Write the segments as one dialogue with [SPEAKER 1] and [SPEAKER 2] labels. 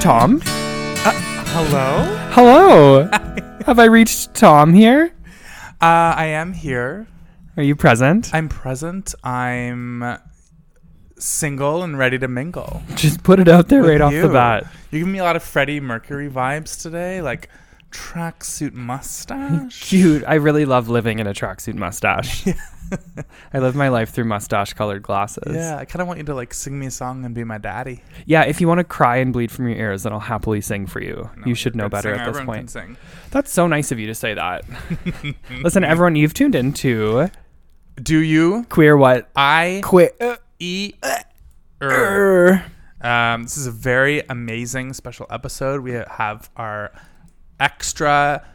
[SPEAKER 1] Tom?
[SPEAKER 2] Hello?
[SPEAKER 1] Hello. Have I reached Tom here?
[SPEAKER 2] Uh, I am here.
[SPEAKER 1] Are you present?
[SPEAKER 2] I'm present. I'm single and ready to mingle.
[SPEAKER 1] Just put it out there right
[SPEAKER 2] With
[SPEAKER 1] off the
[SPEAKER 2] you.
[SPEAKER 1] bat.
[SPEAKER 2] You're giving me a lot of Freddie Mercury vibes today, like tracksuit mustache.
[SPEAKER 1] Cute. I really love living in a tracksuit mustache. I live my life through mustache colored glasses.
[SPEAKER 2] Yeah, I kind of want you to like sing me a song and be my daddy.
[SPEAKER 1] Yeah, if you want to cry and bleed from your ears, then I'll happily sing for you.
[SPEAKER 2] No,
[SPEAKER 1] you should
[SPEAKER 2] you're a
[SPEAKER 1] know
[SPEAKER 2] good
[SPEAKER 1] better
[SPEAKER 2] singer.
[SPEAKER 1] at this
[SPEAKER 2] Everyone
[SPEAKER 1] point.
[SPEAKER 2] Can sing.
[SPEAKER 1] That's so nice of you to say that. Listen, everyone, you've tuned in to
[SPEAKER 2] Do you?
[SPEAKER 1] Queer What
[SPEAKER 2] I
[SPEAKER 1] Queer.
[SPEAKER 2] E. er. Um, this is a very amazing special episode. We have our extra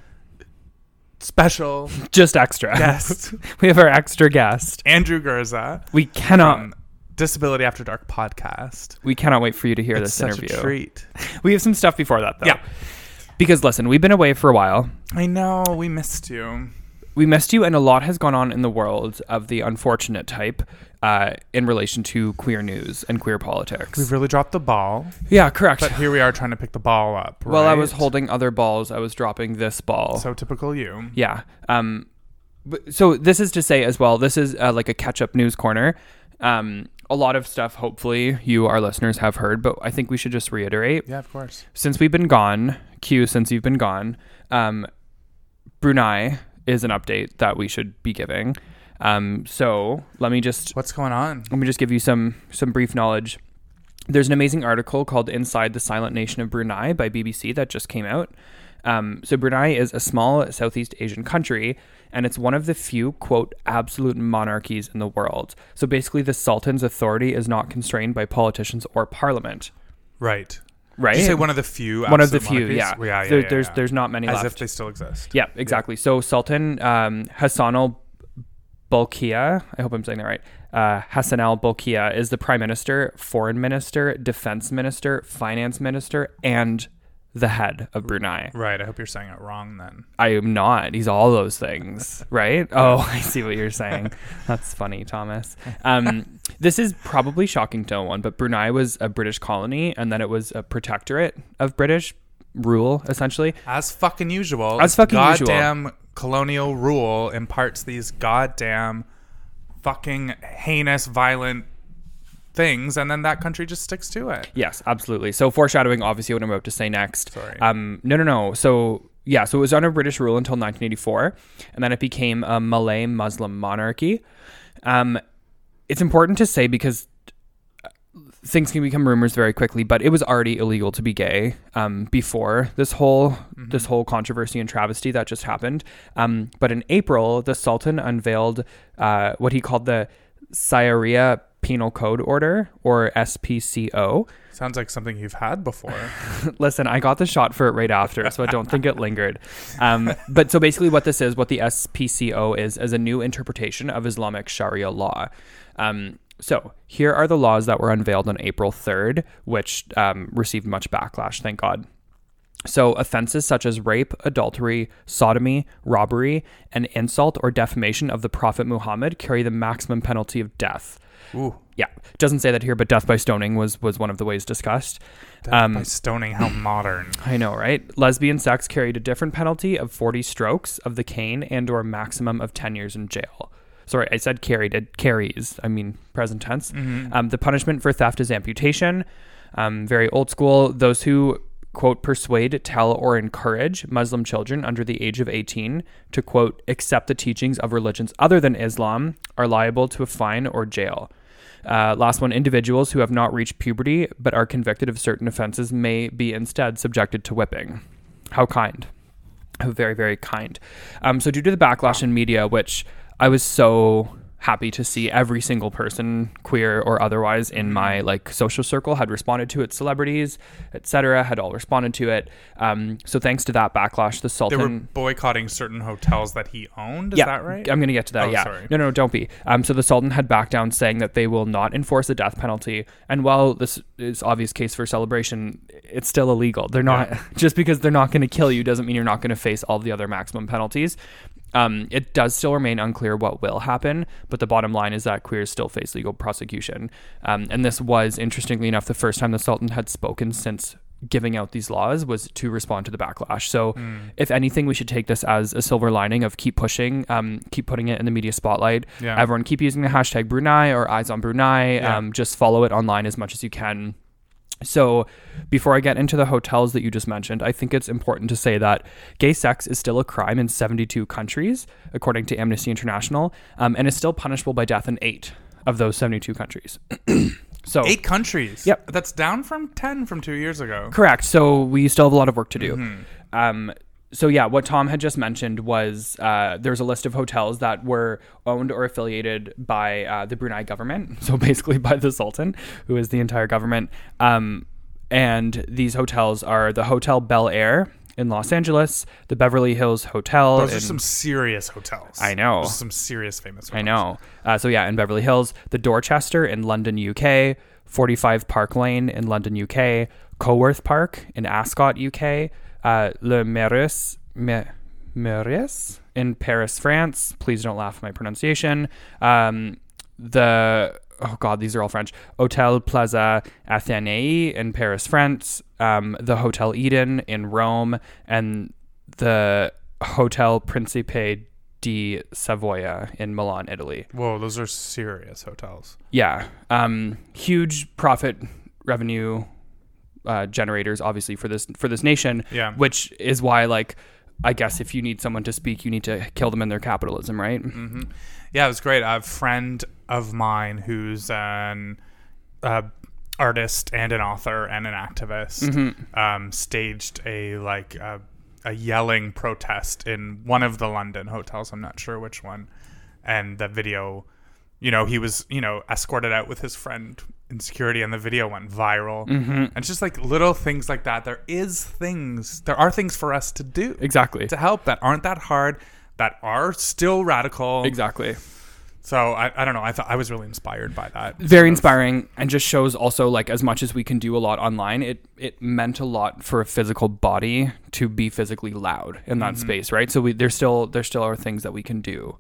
[SPEAKER 2] special
[SPEAKER 1] Just extra.
[SPEAKER 2] guest,
[SPEAKER 1] We have our extra guest.
[SPEAKER 2] Andrew Gerza
[SPEAKER 1] We cannot
[SPEAKER 2] from Disability After Dark podcast.
[SPEAKER 1] we cannot wait for you to hear
[SPEAKER 2] It's
[SPEAKER 1] this
[SPEAKER 2] such
[SPEAKER 1] interview.
[SPEAKER 2] a treat.
[SPEAKER 1] We have some stuff before that though.
[SPEAKER 2] Yeah.
[SPEAKER 1] Because listen, we've been away for a while.
[SPEAKER 2] I know we missed you.
[SPEAKER 1] We missed you, and a lot has gone on in the world of the unfortunate type uh, in relation to queer news and queer politics.
[SPEAKER 2] We've really dropped the ball,
[SPEAKER 1] yeah, correct.
[SPEAKER 2] but here we are trying to pick the ball up.
[SPEAKER 1] While I was
[SPEAKER 2] right?
[SPEAKER 1] holding other balls, I was dropping this ball.
[SPEAKER 2] so typical you.
[SPEAKER 1] Yeah. Um, but, so this is to say as well, this is uh, like a catch up news corner. Um, a lot of stuff, hopefully, you, our listeners, have heard, but I think we should just reiterate.
[SPEAKER 2] Yeah, of course.
[SPEAKER 1] Since we've been gone, Q, since you've been gone, um, Brunei is an update that we should be giving. Um, so let me just
[SPEAKER 2] What's going on?
[SPEAKER 1] let me just give you some some brief knowledge. There's an amazing article called "Inside the Silent Nation of Brunei" by BBC that just came out. Um, so Brunei is a small Southeast Asian country, and it's one of the few quote absolute monarchies in the world. So basically, the sultan's authority is not constrained by politicians or parliament.
[SPEAKER 2] Right.
[SPEAKER 1] Right?
[SPEAKER 2] Did you say one of the few.
[SPEAKER 1] One of the
[SPEAKER 2] absolute
[SPEAKER 1] few.
[SPEAKER 2] monarchies?
[SPEAKER 1] Yeah.
[SPEAKER 2] Yeah. yeah,
[SPEAKER 1] There-
[SPEAKER 2] yeah,
[SPEAKER 1] there's
[SPEAKER 2] yeah.
[SPEAKER 1] there's not many
[SPEAKER 2] as
[SPEAKER 1] left.
[SPEAKER 2] if they still exist.
[SPEAKER 1] Yeah, exactly. So Sultan um, Hassan al Bolkiah, I hope I'm saying that right. Uh, Hassan al Bolkiah is the prime minister, foreign minister, defense minister, finance minister, and the head of Brunei.
[SPEAKER 2] Right. I hope you're saying it wrong then.
[SPEAKER 1] I am not. He's all those things, right? Oh, I see what you're saying. That's funny, Thomas. Um, this is probably shocking to no one, but Brunei was a British colony, and then it was a protectorate of British rule, essentially.
[SPEAKER 2] As fucking usual.
[SPEAKER 1] As fucking usual.
[SPEAKER 2] Goddamn colonial rule imparts these goddamn fucking heinous, violent things, and then that country just sticks to it.
[SPEAKER 1] Yes, absolutely. So foreshadowing, obviously, what I'm about to say next.
[SPEAKER 2] Sorry.
[SPEAKER 1] Um, no, no, no. So yeah, so it was under British rule until 1984, and then it became a Malay Muslim monarchy. Um, it's important to say because uh, things can become rumors very quickly, but it was already illegal to be gay um, before this whole this whole controversy and travesty that just happened. Um, but in April, the Sultan unveiled uh, what he called the Syria Penal Code Order or SPCO.
[SPEAKER 2] Sounds like something you've had before.
[SPEAKER 1] Listen, I got the shot for it right after, so I don't think it lingered. Um, but so basically, what this is, what the SPCO is, is a new interpretation of Islamic Sharia law. Um, so here are the laws that were unveiled on April 3rd, which um, received much backlash, thank God. So, offenses such as rape, adultery, sodomy, robbery, and insult or defamation of the Prophet Muhammad carry the maximum penalty of death.
[SPEAKER 2] Ooh.
[SPEAKER 1] Yeah, doesn't say that here, but death by stoning was was one of the ways discussed. Um,
[SPEAKER 2] by stoning, how modern.
[SPEAKER 1] I know, right? Lesbian sex carried a different penalty of 40 strokes of the cane and or maximum of 10 years in jail. Sorry, I said carried. It carries. I mean present tense. Um, the punishment for theft is amputation. Um, very old school. Those who quote persuade, tell, or encourage Muslim children under the age of 18 to quote accept the teachings of religions other than Islam are liable to a fine or jail. Uh, last one individuals who have not reached puberty but are convicted of certain offenses may be instead subjected to whipping. How kind. How very, very kind. Um, so, due to the backlash in media, which I was so happy to see every single person queer or otherwise in my like social circle had responded to it celebrities etc had all responded to it um, so thanks to that backlash the
[SPEAKER 2] They
[SPEAKER 1] sultan
[SPEAKER 2] were boycotting certain hotels that he owned. Is that right?
[SPEAKER 1] I'm going to get to that.
[SPEAKER 2] Oh,
[SPEAKER 1] yeah.
[SPEAKER 2] sorry.
[SPEAKER 1] No, no, don't be. Um, so the Sultan had backed down, saying that they will not enforce the death penalty. And while this is obvious case for celebration, it's still illegal. They're not just because they're not going to kill you doesn't mean you're not going to face all the other maximum penalties. Um, it does still remain unclear what will happen, but the bottom line is that queers still face legal prosecution. Um, and this was, interestingly enough, the first time the Sultan had spoken since giving out these laws was to respond to the backlash. So,
[SPEAKER 2] Hmm.
[SPEAKER 1] if anything, we should take this as a silver lining of keep pushing, um, keep putting it in the media spotlight.
[SPEAKER 2] Yeah.
[SPEAKER 1] Everyone keep using the hashtag Brunei or Eyes on Brunei.
[SPEAKER 2] Yeah.
[SPEAKER 1] Um, just follow it online as much as you can. So, before I get into the hotels that you just mentioned, I think it's important to say that gay sex is still a crime in 72 countries, according to Amnesty International, um, and is still punishable by death in eight of those 72 countries. so,
[SPEAKER 2] Eight countries.
[SPEAKER 1] Yep.
[SPEAKER 2] That's down from 10 from two years ago.
[SPEAKER 1] Correct. So we still have a lot of work to do.
[SPEAKER 2] Mm-hmm.
[SPEAKER 1] Um, so yeah, what Tom had just mentioned was uh, there's a list of hotels that were owned or affiliated by uh, the Brunei government. So basically by the Sultan, who is the entire government. Um, and these hotels are the Hotel Bel Air in Los Angeles, the Beverly Hills Hotel.
[SPEAKER 2] Those are
[SPEAKER 1] in-
[SPEAKER 2] some serious hotels.
[SPEAKER 1] I know.
[SPEAKER 2] Those are some serious famous hotels.
[SPEAKER 1] I know. Uh, so yeah, in Beverly Hills, the Dorchester in London, UK, 45 Park Lane in London, UK, Coworth Park in Ascot, UK, uh, Le Maris, Me, Maris in Paris, France. Please don't laugh at my pronunciation. Um, the oh god, these are all French. Hotel Plaza Athénée in Paris, France. Um, the Hotel Eden in Rome, and the Hotel Principe di Savoia in Milan, Italy.
[SPEAKER 2] Whoa, those are serious hotels.
[SPEAKER 1] Yeah, um, huge profit revenue uh, generators, obviously for this for this nation.
[SPEAKER 2] Yeah.
[SPEAKER 1] which is why, like, I guess if you need someone to speak, you need to kill them in their capitalism, right?
[SPEAKER 2] Yeah, it was great. A friend of mine who's an uh, artist and an author and an activist um, staged a like a, a yelling protest in one of the London hotels. I'm not sure which one. And the video, you know, he was you know escorted out with his friend in security, and the video went viral. And it's just like little things like that. There is things. There are things for us to do
[SPEAKER 1] Exactly.
[SPEAKER 2] to help that aren't that hard. That are still radical.
[SPEAKER 1] Exactly.
[SPEAKER 2] So I, I don't know. I thought I was really inspired by that.
[SPEAKER 1] very inspiring and just shows also like as much as we can do a lot online it it meant a lot for a physical body to be physically loud in
[SPEAKER 2] Mm-hmm.
[SPEAKER 1] that space right so we there's still there still are things that we can do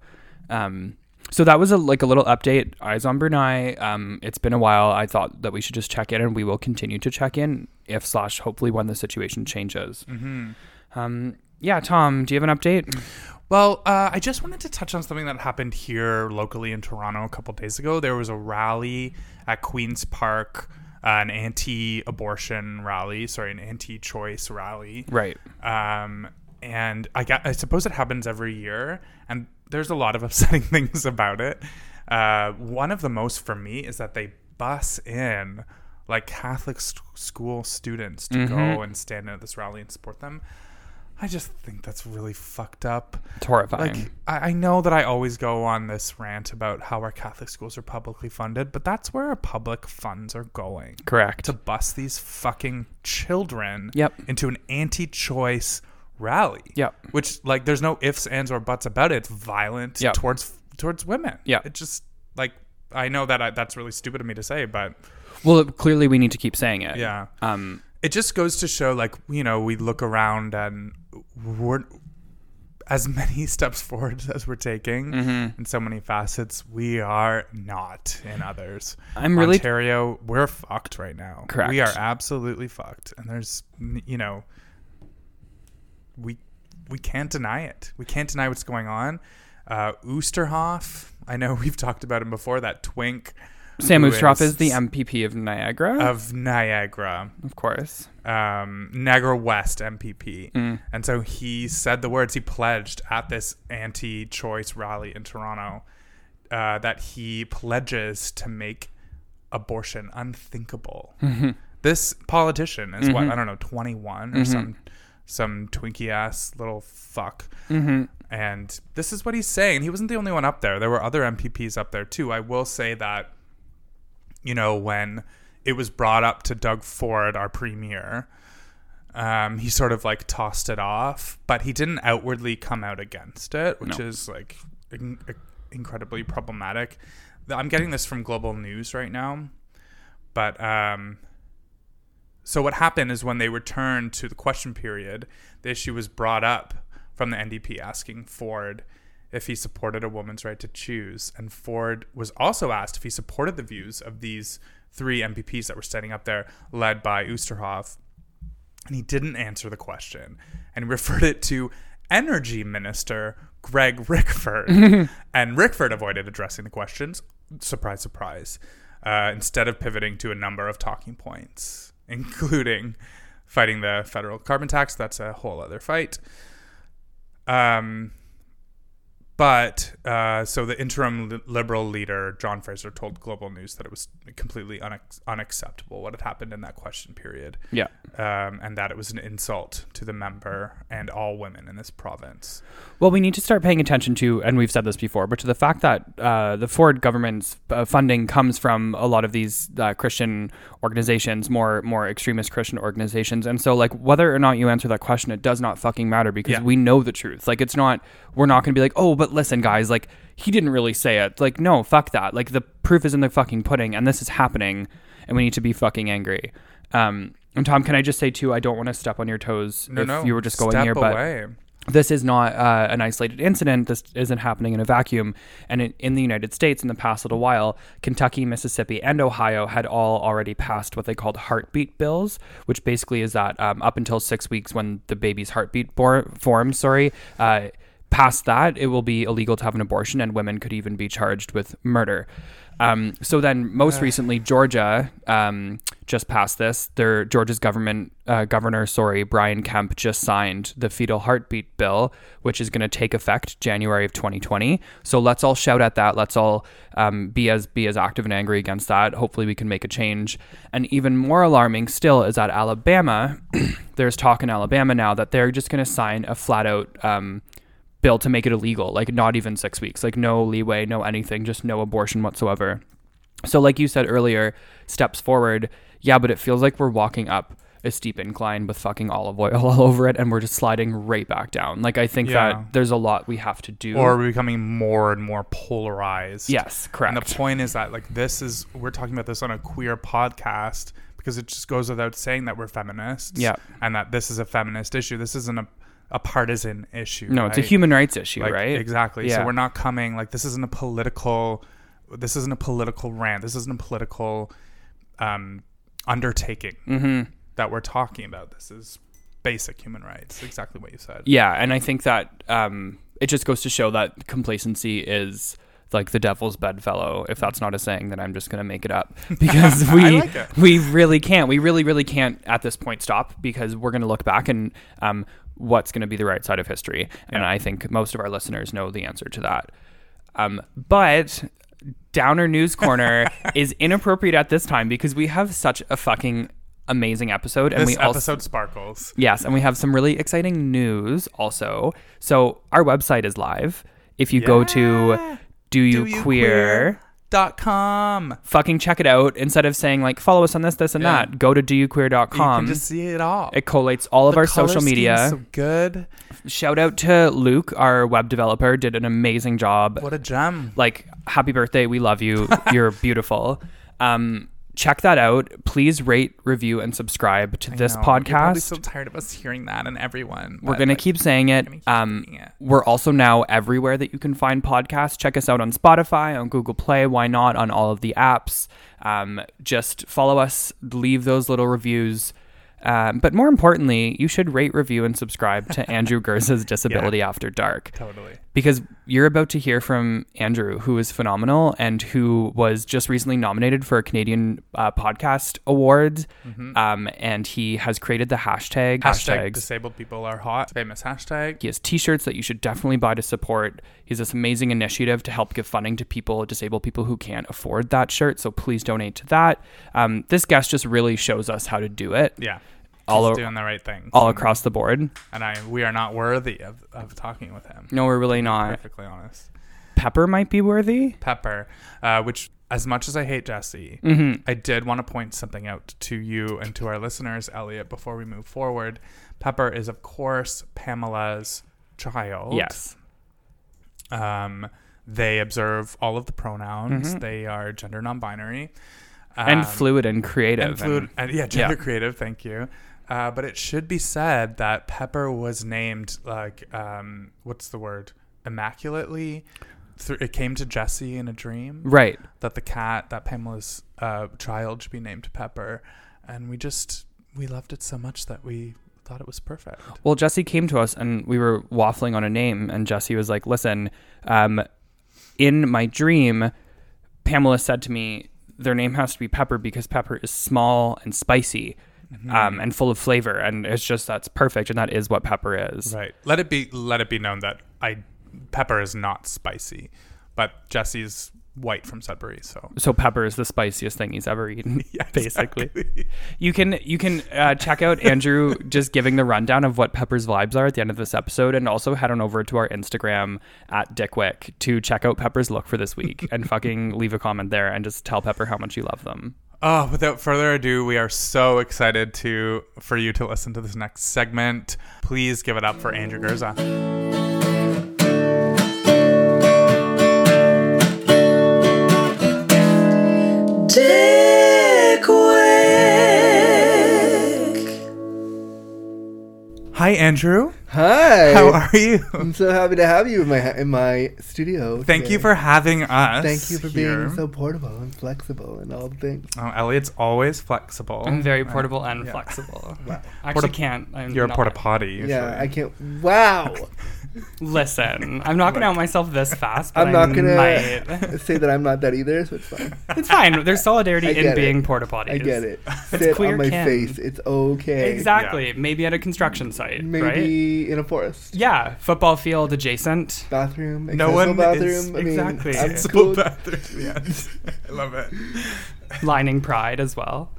[SPEAKER 1] um so that was a like a little update eyes on brunei um it's been a while i thought that we should just check in and we will continue to check in if slash hopefully when the situation changes
[SPEAKER 2] Mm-hmm.
[SPEAKER 1] um yeah tom do you have an update
[SPEAKER 2] Mm. Well, uh, I just wanted to touch on something that happened here locally in Toronto a couple days ago. There was a rally at Queen's Park, uh, an anti-abortion rally, sorry, an anti-choice rally.
[SPEAKER 1] right
[SPEAKER 2] Um, and I, got, I suppose it happens every year, and there's a lot of upsetting things about it. Uh, one of the most for me is that they bus in like Catholic s- school students to go and stand at this rally and support them. I just think that's really fucked up.
[SPEAKER 1] it's horrifying
[SPEAKER 2] Like, I, I know that I always go on this rant about how our Catholic schools are publicly funded, but that's where our public funds are going
[SPEAKER 1] correct
[SPEAKER 2] to bust these fucking children
[SPEAKER 1] Yep.
[SPEAKER 2] into an anti-choice rally.
[SPEAKER 1] Yep.
[SPEAKER 2] Which like there's no ifs, ands, or buts about it. It's violent
[SPEAKER 1] Yep.
[SPEAKER 2] towards towards women.
[SPEAKER 1] Yep.
[SPEAKER 2] It just like I know that I, that's really stupid of me to say, but
[SPEAKER 1] well clearly we need to keep saying it
[SPEAKER 2] yeah,
[SPEAKER 1] um
[SPEAKER 2] it just goes to show like you know we look around and we're as many steps forward as we're taking
[SPEAKER 1] Mm-hmm.
[SPEAKER 2] in so many facets we are not in others
[SPEAKER 1] I'm really-
[SPEAKER 2] ontario we're fucked right now
[SPEAKER 1] Correct.
[SPEAKER 2] we are absolutely fucked and there's n- you know we we can't deny it we can't deny what's going on uh oosterhoff i know we've talked about him before that twink
[SPEAKER 1] Sam
[SPEAKER 2] who
[SPEAKER 1] Ustroff is the MPP of Niagara,
[SPEAKER 2] of niagara
[SPEAKER 1] of course.
[SPEAKER 2] um, Niagara West MPP. And so he said the words he pledged at this anti choice rally in Toronto uh, that he pledges to make abortion unthinkable. This politician is what, I don't know, 21 or some some twinkie ass little fuck. And this is what he's saying. He wasn't the only one up there. There were other MPPs up there too. I will say that you know, when it was brought up to Doug Ford, our premier, um, he sort of like tossed it off, but he didn't outwardly come out against it, which is like in- incredibly problematic. Th- I'm getting this from Global News right now, but um, so what happened is when they returned to the question period, the issue was brought up from the NDP asking Ford if he supported a woman's right to choose. And Ford was also asked if he supported the views of these three MPPs that were standing up there, led by Oosterhoff. and he didn't answer the question and he referred it to energy minister greg rickford and rickford avoided addressing the questions surprise surprise uh, instead of pivoting to a number of talking points including fighting the federal carbon tax that's a whole other fight um, but uh, so the interim li- liberal leader, John Fraser, told Global News that it was completely unac- unacceptable what had happened in that question period,
[SPEAKER 1] Yeah.
[SPEAKER 2] um, and that it was an insult to the member and all women in this province.
[SPEAKER 1] Well, we need to start paying attention to, and we've said this before, but to the fact that uh, the Ford government's uh, funding comes from a lot of these uh, Christian organizations, more more extremist Christian organizations, and so like whether or not you answer that question, it does not fucking matter because
[SPEAKER 2] Yeah.
[SPEAKER 1] we know the truth. Like it's not, we're not going to be like, oh, but listen, guys, like he didn't really say it. Like no, fuck that. Like the proof is in the fucking pudding, and this is happening, and we need to be fucking angry. Um, and Tom, can I just say too, I don't want to step on your toes
[SPEAKER 2] No,
[SPEAKER 1] if
[SPEAKER 2] no,
[SPEAKER 1] you were just going
[SPEAKER 2] step
[SPEAKER 1] here, but
[SPEAKER 2] away.
[SPEAKER 1] this is not uh, an isolated incident. This isn't happening in a vacuum. And in, in the United States, in the past little while, Kentucky, Mississippi, and Ohio had all already passed what they called heartbeat bills, which basically is that um, up until six weeks when the baby's heartbeat bor- forms, sorry, uh, past that, it will be illegal to have an abortion, and women could even be charged with murder. Um, so then, most recently, Georgia um, just passed this. Their Georgia's government uh, governor, sorry, Brian Kemp, just signed the fetal heartbeat bill, which is going to take effect January of 2020. So let's all shout at that. Let's all um, be as be as active and angry against that. Hopefully, we can make a change. And even more alarming still is that Alabama. there's talk in Alabama now that they're just going to sign a flat out. Um, bill to make it illegal, like not even six weeks, like no leeway, no anything, just no abortion whatsoever. So, like you said earlier, steps forward. Yeah, but it feels like we're walking up a steep incline with fucking olive oil all over it and we're just sliding right back down. Like, I think
[SPEAKER 2] Yeah.
[SPEAKER 1] that there's a lot we have to do.
[SPEAKER 2] Or we're becoming more and more polarized.
[SPEAKER 1] yes, correct.
[SPEAKER 2] And the point is that like this is we're talking about this on a queer podcast because it just goes without saying that we're feminists.
[SPEAKER 1] Yeah.
[SPEAKER 2] And that this is a feminist issue. This isn't a, a partisan issue.
[SPEAKER 1] no, it's a
[SPEAKER 2] right?
[SPEAKER 1] human rights issue,
[SPEAKER 2] Like,
[SPEAKER 1] right?
[SPEAKER 2] Exactly.
[SPEAKER 1] Yeah.
[SPEAKER 2] So we're not coming like this isn't a political this isn't a political rant. This isn't a political um undertaking
[SPEAKER 1] Mm-hmm.
[SPEAKER 2] that we're talking about. This is basic human rights. Exactly what you said.
[SPEAKER 1] Yeah, and I think that um, it just goes to show that complacency is like the devil's bedfellow. If that's not a saying, then I'm just gonna make it up because we
[SPEAKER 2] like it.
[SPEAKER 1] we really can't. We really, really can't at this point stop because we're gonna look back and um, what's gonna be the right side of history. And I think most of our listeners know the answer to that. Um, but Downer News Corner is inappropriate at this time because we have such a fucking amazing episode, and
[SPEAKER 2] This
[SPEAKER 1] we also
[SPEAKER 2] episode sparkles.
[SPEAKER 1] Yes, and we have some really exciting news also. So our website is live. If you go to do you,
[SPEAKER 2] Do you
[SPEAKER 1] queer,
[SPEAKER 2] Dot com.
[SPEAKER 1] fucking check it out instead of saying like follow us on this this and
[SPEAKER 2] Yeah.
[SPEAKER 1] that. Go to
[SPEAKER 2] You
[SPEAKER 1] doyouqueer.com.
[SPEAKER 2] can just see it all.
[SPEAKER 1] it collates all of Um, our social media.
[SPEAKER 2] So good.
[SPEAKER 1] Shout out to Luke, our web developer, did an amazing job.
[SPEAKER 2] What a gem.
[SPEAKER 1] like happy birthday we love you you're beautiful um check that out please rate review and subscribe to this
[SPEAKER 2] No, You're probably
[SPEAKER 1] podcast
[SPEAKER 2] so tired of us hearing that and everyone.
[SPEAKER 1] We're gonna keep saying it.
[SPEAKER 2] keep
[SPEAKER 1] um,
[SPEAKER 2] saying it.
[SPEAKER 1] We're also now everywhere that you can find podcasts. Check us out on Spotify, on Google Play. Why not on all of the apps? Um, just follow us. Leave those little reviews. Um, but more importantly, you should rate, review, and subscribe to Andrew Gerza's Disability After Dark
[SPEAKER 2] totally.
[SPEAKER 1] because you're about to hear from Andrew, who is phenomenal and who was just recently nominated for a Canadian uh, Podcast Awards. Um, and he has created the hashtag
[SPEAKER 2] Mm-hmm. Hashtag
[SPEAKER 1] hashtags.
[SPEAKER 2] disabled people are hot. Famous hashtag.
[SPEAKER 1] He has T-shirts that you should definitely buy to support. He has this amazing initiative to help give funding to people, disabled people who can't afford that shirt. So please donate to that. Um, this guest just really shows us how to do it
[SPEAKER 2] Yeah.
[SPEAKER 1] All
[SPEAKER 2] He's
[SPEAKER 1] o-
[SPEAKER 2] doing the right thing.
[SPEAKER 1] all across the board.
[SPEAKER 2] and I we are not worthy of, of talking with him.
[SPEAKER 1] No, we're really not.
[SPEAKER 2] Perfectly honest.
[SPEAKER 1] Pepper might be worthy.
[SPEAKER 2] Pepper, uh, which as much as I hate Jesse,
[SPEAKER 1] Mm-hmm.
[SPEAKER 2] I did want to point something out to you and to our listeners, Elliot, before we move forward. Pepper is of course Pamela's child.
[SPEAKER 1] Yes.
[SPEAKER 2] Um, they observe all of the pronouns.
[SPEAKER 1] Mm-hmm.
[SPEAKER 2] They are gender non-binary.
[SPEAKER 1] And
[SPEAKER 2] Um,
[SPEAKER 1] fluid and creative.
[SPEAKER 2] and fluid,
[SPEAKER 1] and-
[SPEAKER 2] and yeah, gender
[SPEAKER 1] yeah.
[SPEAKER 2] creative. Thank you. Uh, but it should be said that Pepper was named like um, what's the word? Immaculately. Through, it came to Jesse in a dream
[SPEAKER 1] right.
[SPEAKER 2] that the cat that Pamela's uh, child should be named Pepper, and we just we loved it so much that we thought it was perfect.
[SPEAKER 1] Well, Jesse came to us and we were waffling on a name, and Jesse was like, "Listen, um, in my dream, Pamela said to me their name has to be Pepper because Pepper is small and spicy, um, and full of flavor, and it's just that's perfect, and that is what Pepper is."
[SPEAKER 2] Right. Let it be. Let it be known that I pepper is not spicy, but Jesse's white from Sudbury, so
[SPEAKER 1] So pepper is the spiciest thing he's ever eaten.
[SPEAKER 2] Yeah,
[SPEAKER 1] basically.
[SPEAKER 2] exactly.
[SPEAKER 1] You can you can uh, check out Andrew just giving the rundown of what Pepper's vibes are at the end of this episode, and also head on over to our Instagram at Dickwick to check out Pepper's look for this week, and fucking leave a comment there and just tell Pepper how much you love them.
[SPEAKER 2] Oh, without further ado, we are so excited to for you to listen to this next segment. Please give it up for Andrew Gerza.
[SPEAKER 3] Dick Wick.
[SPEAKER 2] Hi, Andrew.
[SPEAKER 4] Hi.
[SPEAKER 2] How are you?
[SPEAKER 4] I'm so happy to have you in my in my studio.
[SPEAKER 2] Thank you
[SPEAKER 4] today.
[SPEAKER 2] for having us.
[SPEAKER 4] Thank you for
[SPEAKER 2] here.
[SPEAKER 4] being so portable and flexible and all the things.
[SPEAKER 2] Oh, Elliot's always flexible.
[SPEAKER 4] Mm-hmm.
[SPEAKER 1] portable and
[SPEAKER 2] yeah.
[SPEAKER 1] flexible.
[SPEAKER 4] Wow.
[SPEAKER 1] I
[SPEAKER 2] actually Porta-
[SPEAKER 1] can't. I'm
[SPEAKER 2] You're a porta potty. Usually.
[SPEAKER 4] Yeah, I can't. Wow.
[SPEAKER 1] Listen, I'm not gonna out myself this fast.
[SPEAKER 4] I'm not gonna say that I'm not that either, so it's fine.
[SPEAKER 1] It's fine. There's solidarity
[SPEAKER 4] I in
[SPEAKER 1] in
[SPEAKER 4] get it.
[SPEAKER 1] being
[SPEAKER 4] being
[SPEAKER 1] porta potties.
[SPEAKER 4] I get it.
[SPEAKER 1] It's
[SPEAKER 4] Sit
[SPEAKER 1] queer
[SPEAKER 4] on my
[SPEAKER 1] Ken.
[SPEAKER 4] face. It's okay.
[SPEAKER 1] Exactly. Maybe at a construction site, right?
[SPEAKER 4] Maybe in a forest.
[SPEAKER 1] Yeah, football field adjacent.
[SPEAKER 4] Bathroom.
[SPEAKER 2] No
[SPEAKER 4] accessible
[SPEAKER 2] one is-
[SPEAKER 4] bathroom. I mean,
[SPEAKER 1] exactly.
[SPEAKER 4] I'm
[SPEAKER 2] It's
[SPEAKER 4] cool.
[SPEAKER 2] so bathroom. Yes. I love it.
[SPEAKER 1] lining pride as well.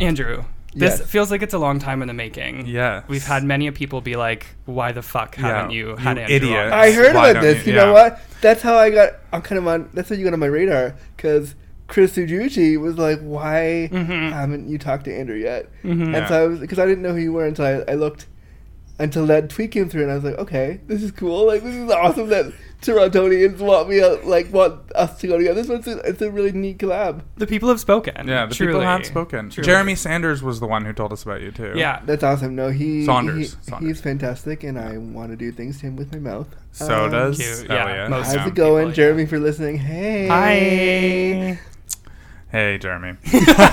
[SPEAKER 1] Andrew, this
[SPEAKER 4] Yes.
[SPEAKER 1] feels like it's a long time in the making.
[SPEAKER 2] Yes.
[SPEAKER 1] We've had many people be like, why the fuck haven't
[SPEAKER 2] Yeah,
[SPEAKER 1] you
[SPEAKER 2] you
[SPEAKER 1] had Andrew
[SPEAKER 2] idiot.
[SPEAKER 1] on?"
[SPEAKER 4] I heard
[SPEAKER 2] Why don't
[SPEAKER 4] about this.
[SPEAKER 2] you-
[SPEAKER 4] You,
[SPEAKER 2] yeah.
[SPEAKER 4] know what? That's how I got. I'm kind of on. That's how you got on my radar because Chris Ujuchi was like, "Why haven't you talked to Andrew yet?" And
[SPEAKER 2] Mm-hmm. Yeah.
[SPEAKER 4] so I was because I didn't know who you were until I, I looked until that tweet came through, and I was like, "Okay, this is cool. Like this is awesome that Torontonians want me out, like want us to go together. This one's a, it's a really neat collab.
[SPEAKER 1] The people have spoken.
[SPEAKER 2] Yeah, the
[SPEAKER 1] truly.
[SPEAKER 2] people have spoken.
[SPEAKER 1] Truly.
[SPEAKER 2] Jeremy Sanders was the one who told us about you too.
[SPEAKER 1] Yeah.
[SPEAKER 4] That's awesome. No, he
[SPEAKER 2] Saunders.
[SPEAKER 4] he-
[SPEAKER 2] Saunders.
[SPEAKER 4] he's fantastic, and I want to do things to him with my mouth.
[SPEAKER 2] So
[SPEAKER 4] Um,
[SPEAKER 2] does
[SPEAKER 1] Cute, yeah,
[SPEAKER 2] Elliot.
[SPEAKER 1] most
[SPEAKER 4] How's
[SPEAKER 1] Yeah.
[SPEAKER 4] it going,
[SPEAKER 1] People, yeah.
[SPEAKER 4] Jeremy? For listening. Hey.
[SPEAKER 1] Hi.
[SPEAKER 2] Hey, Jeremy.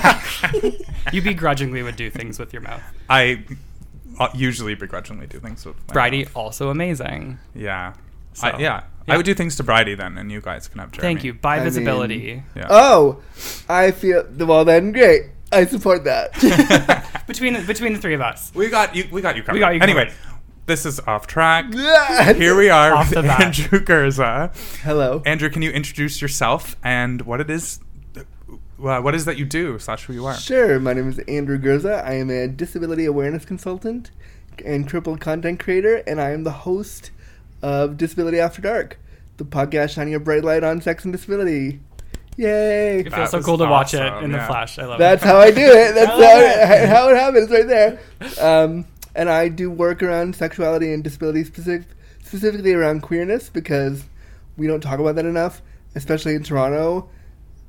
[SPEAKER 1] you begrudgingly would do things with your mouth.
[SPEAKER 2] I uh, usually begrudgingly do things with my
[SPEAKER 1] Bridie,
[SPEAKER 2] mouth.
[SPEAKER 1] also amazing.
[SPEAKER 2] Yeah.
[SPEAKER 1] So,
[SPEAKER 2] I, yeah.
[SPEAKER 1] yeah.
[SPEAKER 2] I would do things to Bridie then, and you guys can have Jeremy.
[SPEAKER 1] Thank you. By
[SPEAKER 4] I
[SPEAKER 1] visibility.
[SPEAKER 2] Yeah.
[SPEAKER 4] Oh, I feel well. Then great. I support that.
[SPEAKER 1] Between the, between the three of us.
[SPEAKER 2] We got you. We got you covered.
[SPEAKER 1] We got you
[SPEAKER 2] anyway,
[SPEAKER 1] covered.
[SPEAKER 2] this is off track.
[SPEAKER 4] Yeah.
[SPEAKER 2] Here we are
[SPEAKER 1] Off
[SPEAKER 2] with
[SPEAKER 1] the bat.
[SPEAKER 2] Andrew Gerza.
[SPEAKER 4] Hello.
[SPEAKER 2] Andrew, can you introduce yourself and what it is, uh, what is that you do slash who you are?
[SPEAKER 4] Sure. My name is Andrew Gerza. I am a disability awareness consultant and crippled content creator, and I am the host of Disability After Dark, the podcast shining a bright light on sex and disability. Yay!
[SPEAKER 1] It
[SPEAKER 2] That
[SPEAKER 1] feels so
[SPEAKER 2] was
[SPEAKER 1] cool to watch it
[SPEAKER 2] awesome,
[SPEAKER 1] in the
[SPEAKER 2] yeah.
[SPEAKER 1] flash. I love
[SPEAKER 4] That's
[SPEAKER 1] it.
[SPEAKER 4] how I do it. That's
[SPEAKER 1] I love
[SPEAKER 4] how it, how it happens right there. Um, and I do work around sexuality and disability specific, specifically around queerness because we don't talk about that enough, especially in Toronto.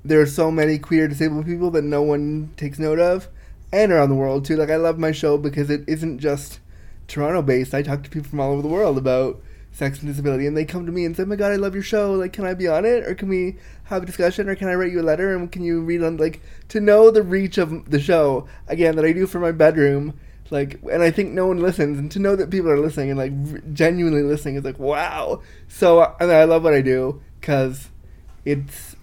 [SPEAKER 4] There are so many queer disabled people that no one takes note of, and around the world too. Like I love my show because it isn't just Toronto based. I talk to people from all over the world about sex and disability, and they come to me and say, "Oh my God, I love your show. Like, can I be on it, or can we have a discussion, or can I write you a letter, and can you read on like to know the reach of the show again that I do from my bedroom." Like, and I think no one listens, and to know that people are listening and like r- genuinely listening is like wow. So, I mean, I love what I do because it's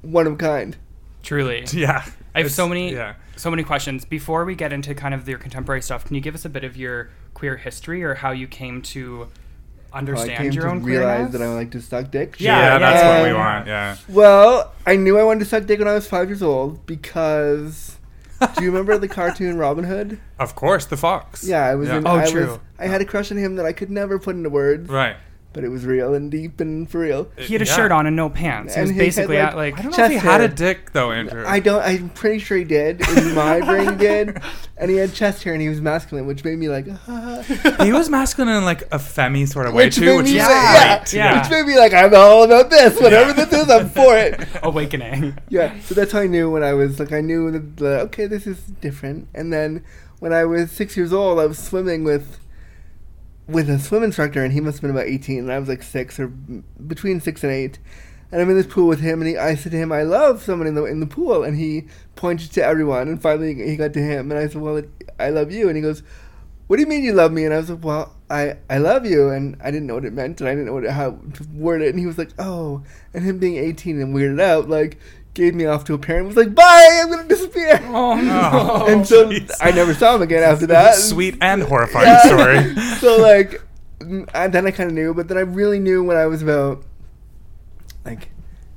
[SPEAKER 4] one of a kind.
[SPEAKER 1] Truly.
[SPEAKER 2] Yeah.
[SPEAKER 1] I have
[SPEAKER 2] It's-
[SPEAKER 1] so many
[SPEAKER 2] Yeah.
[SPEAKER 1] so many questions. Before we get into kind of your contemporary stuff, can you give us a bit of your queer history or how you came to
[SPEAKER 4] How
[SPEAKER 1] understand
[SPEAKER 4] I came
[SPEAKER 1] your
[SPEAKER 4] to
[SPEAKER 1] own
[SPEAKER 4] realize
[SPEAKER 1] queerness?
[SPEAKER 4] that I like to suck dick.
[SPEAKER 1] Yeah,
[SPEAKER 2] Yeah,
[SPEAKER 1] yeah,
[SPEAKER 2] that's
[SPEAKER 4] yeah.
[SPEAKER 2] what we
[SPEAKER 4] Um,
[SPEAKER 2] want. Yeah.
[SPEAKER 4] Well, I knew I wanted to suck dick when I was five years old because. Do you remember the cartoon Robin Hood?
[SPEAKER 2] Of course, the fox.
[SPEAKER 4] Yeah, I was.
[SPEAKER 2] Yeah.
[SPEAKER 4] In,
[SPEAKER 1] Oh,
[SPEAKER 4] I
[SPEAKER 1] true.
[SPEAKER 4] Was, I had a crush on him that I could never put into words,
[SPEAKER 2] Right.
[SPEAKER 4] but it was real and deep and for real.
[SPEAKER 1] he had a
[SPEAKER 2] Yeah.
[SPEAKER 1] shirt on and no pants. He
[SPEAKER 4] And
[SPEAKER 1] was
[SPEAKER 4] he had,
[SPEAKER 1] basically
[SPEAKER 4] like-
[SPEAKER 1] at like
[SPEAKER 2] I don't know if
[SPEAKER 4] Chest
[SPEAKER 2] he had a
[SPEAKER 4] hair.
[SPEAKER 2] dick though, Andrew.
[SPEAKER 4] I don't. I'm pretty sure he did. In my brain, he did. And he had chest hair, and he was masculine, which made me like, ah.
[SPEAKER 2] he was masculine in like a femmy sort of way
[SPEAKER 4] which
[SPEAKER 2] too,
[SPEAKER 4] made
[SPEAKER 2] which
[SPEAKER 4] me
[SPEAKER 2] is
[SPEAKER 4] like,
[SPEAKER 2] yeah.
[SPEAKER 4] yeah,
[SPEAKER 2] great.
[SPEAKER 1] yeah.
[SPEAKER 4] which made me like, I'm all about this. Whatever this is, I'm for it.
[SPEAKER 1] awakening.
[SPEAKER 4] Yeah, so that's how I knew when I was like I knew that the, okay this is different, and then when I was six years old, I was swimming with with a swim instructor, and he must have been about eighteen, and I was like six or m- between six and eight, and I'm in this pool with him, and he, I said to him, "I love someone in the in the pool," and he pointed to everyone, and finally he got to him, and I said, "Well, I love you," and he goes, "What do you mean you love me?" And I was like, "Well, I I love you," and I didn't know what it meant, and I didn't know what it, how to word it, and he was like, "Oh," and him being 18 and weirded out, like gave me off to a parent, was like, "Bye, I'm gonna disappear,"
[SPEAKER 5] Oh
[SPEAKER 2] no.
[SPEAKER 4] and so
[SPEAKER 2] jeez.
[SPEAKER 4] I never saw him again after that.
[SPEAKER 2] Sweet and horrifying
[SPEAKER 4] Yeah.
[SPEAKER 2] story.
[SPEAKER 4] so like mm, I, then i kind of knew but then i really knew when i was about like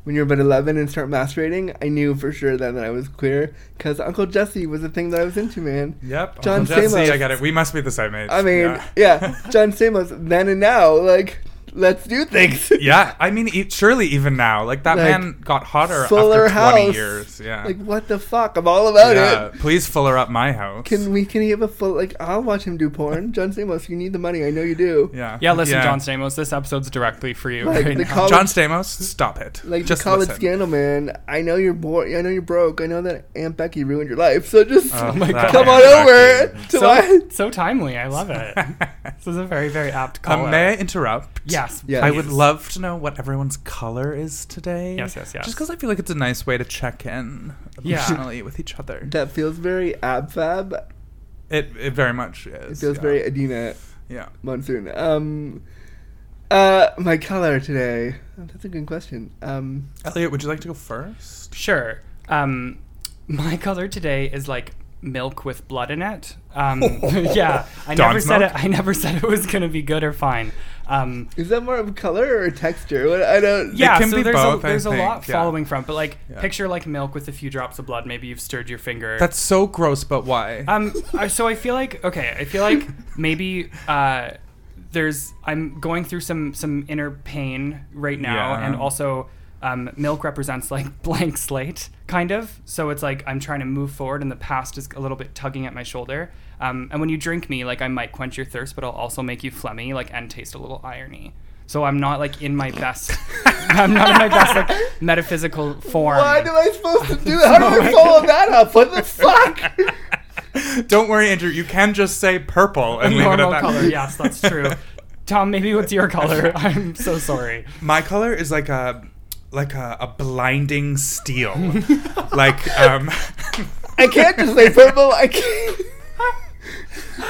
[SPEAKER 4] when you're about 11 and start masturbating i knew for sure then that i was queer because uncle jesse was the thing that i was into man
[SPEAKER 2] Yep.
[SPEAKER 4] John
[SPEAKER 2] Uncle Jesse,
[SPEAKER 4] Stamos.
[SPEAKER 2] I got it. We must be the same age.
[SPEAKER 4] i mean yeah, john stamos then and now like let's do things
[SPEAKER 2] Yeah, I mean, e- surely even now, like that
[SPEAKER 4] Like,
[SPEAKER 2] man got hotter
[SPEAKER 4] Fuller
[SPEAKER 2] after twenty
[SPEAKER 4] House.
[SPEAKER 2] years. Yeah,
[SPEAKER 4] like what the fuck i'm all about
[SPEAKER 2] yeah.
[SPEAKER 4] it
[SPEAKER 2] Please fuller up my house.
[SPEAKER 4] can we can he have a full like i'll watch him do porn john stamos you need the money i know you do
[SPEAKER 2] yeah,
[SPEAKER 1] Yeah, listen, John Stamos, this episode's directly for you
[SPEAKER 4] Like,
[SPEAKER 1] right
[SPEAKER 4] the
[SPEAKER 1] now.
[SPEAKER 4] college-
[SPEAKER 2] John Stamos, stop it.
[SPEAKER 4] like
[SPEAKER 2] just
[SPEAKER 4] the college
[SPEAKER 2] listen.
[SPEAKER 4] scandal man i know you're bored i know you're broke i know that aunt becky ruined your life so just
[SPEAKER 2] Oh,
[SPEAKER 1] my
[SPEAKER 2] that
[SPEAKER 4] come on
[SPEAKER 2] Aunt
[SPEAKER 4] over
[SPEAKER 2] Becky.
[SPEAKER 4] to my
[SPEAKER 1] so, so timely. I love it. this is a very, very apt call.
[SPEAKER 2] Um,
[SPEAKER 1] out.
[SPEAKER 2] may I interrupt?
[SPEAKER 1] Yes.
[SPEAKER 4] Yes.
[SPEAKER 2] I would
[SPEAKER 1] please.
[SPEAKER 2] love to know what everyone's color is today.
[SPEAKER 1] Yes, yes, yes.
[SPEAKER 2] Just because I feel like it's a nice way to check in
[SPEAKER 1] Yeah.
[SPEAKER 2] emotionally with each other.
[SPEAKER 4] that feels very ab fab it
[SPEAKER 2] It, it very much is.
[SPEAKER 4] feels
[SPEAKER 2] yeah.
[SPEAKER 4] very adina
[SPEAKER 2] Yeah.
[SPEAKER 4] monsoon um uh my color today Oh, that's a good question um
[SPEAKER 2] Elliot, would you like to go first?
[SPEAKER 1] Sure. Um, my color today is like milk with blood in it. Um, yeah, I
[SPEAKER 2] Don's
[SPEAKER 1] never said
[SPEAKER 2] milk?
[SPEAKER 1] it. I never said it was gonna be good or fine. Um,
[SPEAKER 4] is that more of color or texture what i don't
[SPEAKER 1] yeah,
[SPEAKER 2] can
[SPEAKER 1] so
[SPEAKER 2] be
[SPEAKER 1] there's
[SPEAKER 2] both,
[SPEAKER 1] a
[SPEAKER 2] I
[SPEAKER 1] there's a
[SPEAKER 2] think,
[SPEAKER 1] lot
[SPEAKER 2] yeah.
[SPEAKER 1] following from, but like
[SPEAKER 2] Yeah.
[SPEAKER 1] picture like milk with a few drops of blood. Maybe you've stirred your finger.
[SPEAKER 2] That's so gross, but why?
[SPEAKER 1] um. I- so I feel like okay. I feel like maybe uh, there's I'm going through some some inner pain right now,
[SPEAKER 2] Yeah.
[SPEAKER 1] and also. Um, milk represents like blank slate, kind of. So it's like I'm trying to move forward, and the past is a little bit tugging at my shoulder. Um, and when you drink me, like I might quench your thirst, but I'll also make you phlegmy, like and taste a little irony. So I'm not like in my best. I'm not in my best like metaphysical form.
[SPEAKER 4] why am i supposed to do that how do i follow that up what the fuck
[SPEAKER 2] Don't worry, Andrew. You can just say purple and leave it at
[SPEAKER 1] normal
[SPEAKER 2] that.
[SPEAKER 1] color. Yes, that's true. Tom, maybe what's your color? I'm so sorry.
[SPEAKER 2] My color is like a like a, a blinding steel. like um
[SPEAKER 4] i can't just say purple i can't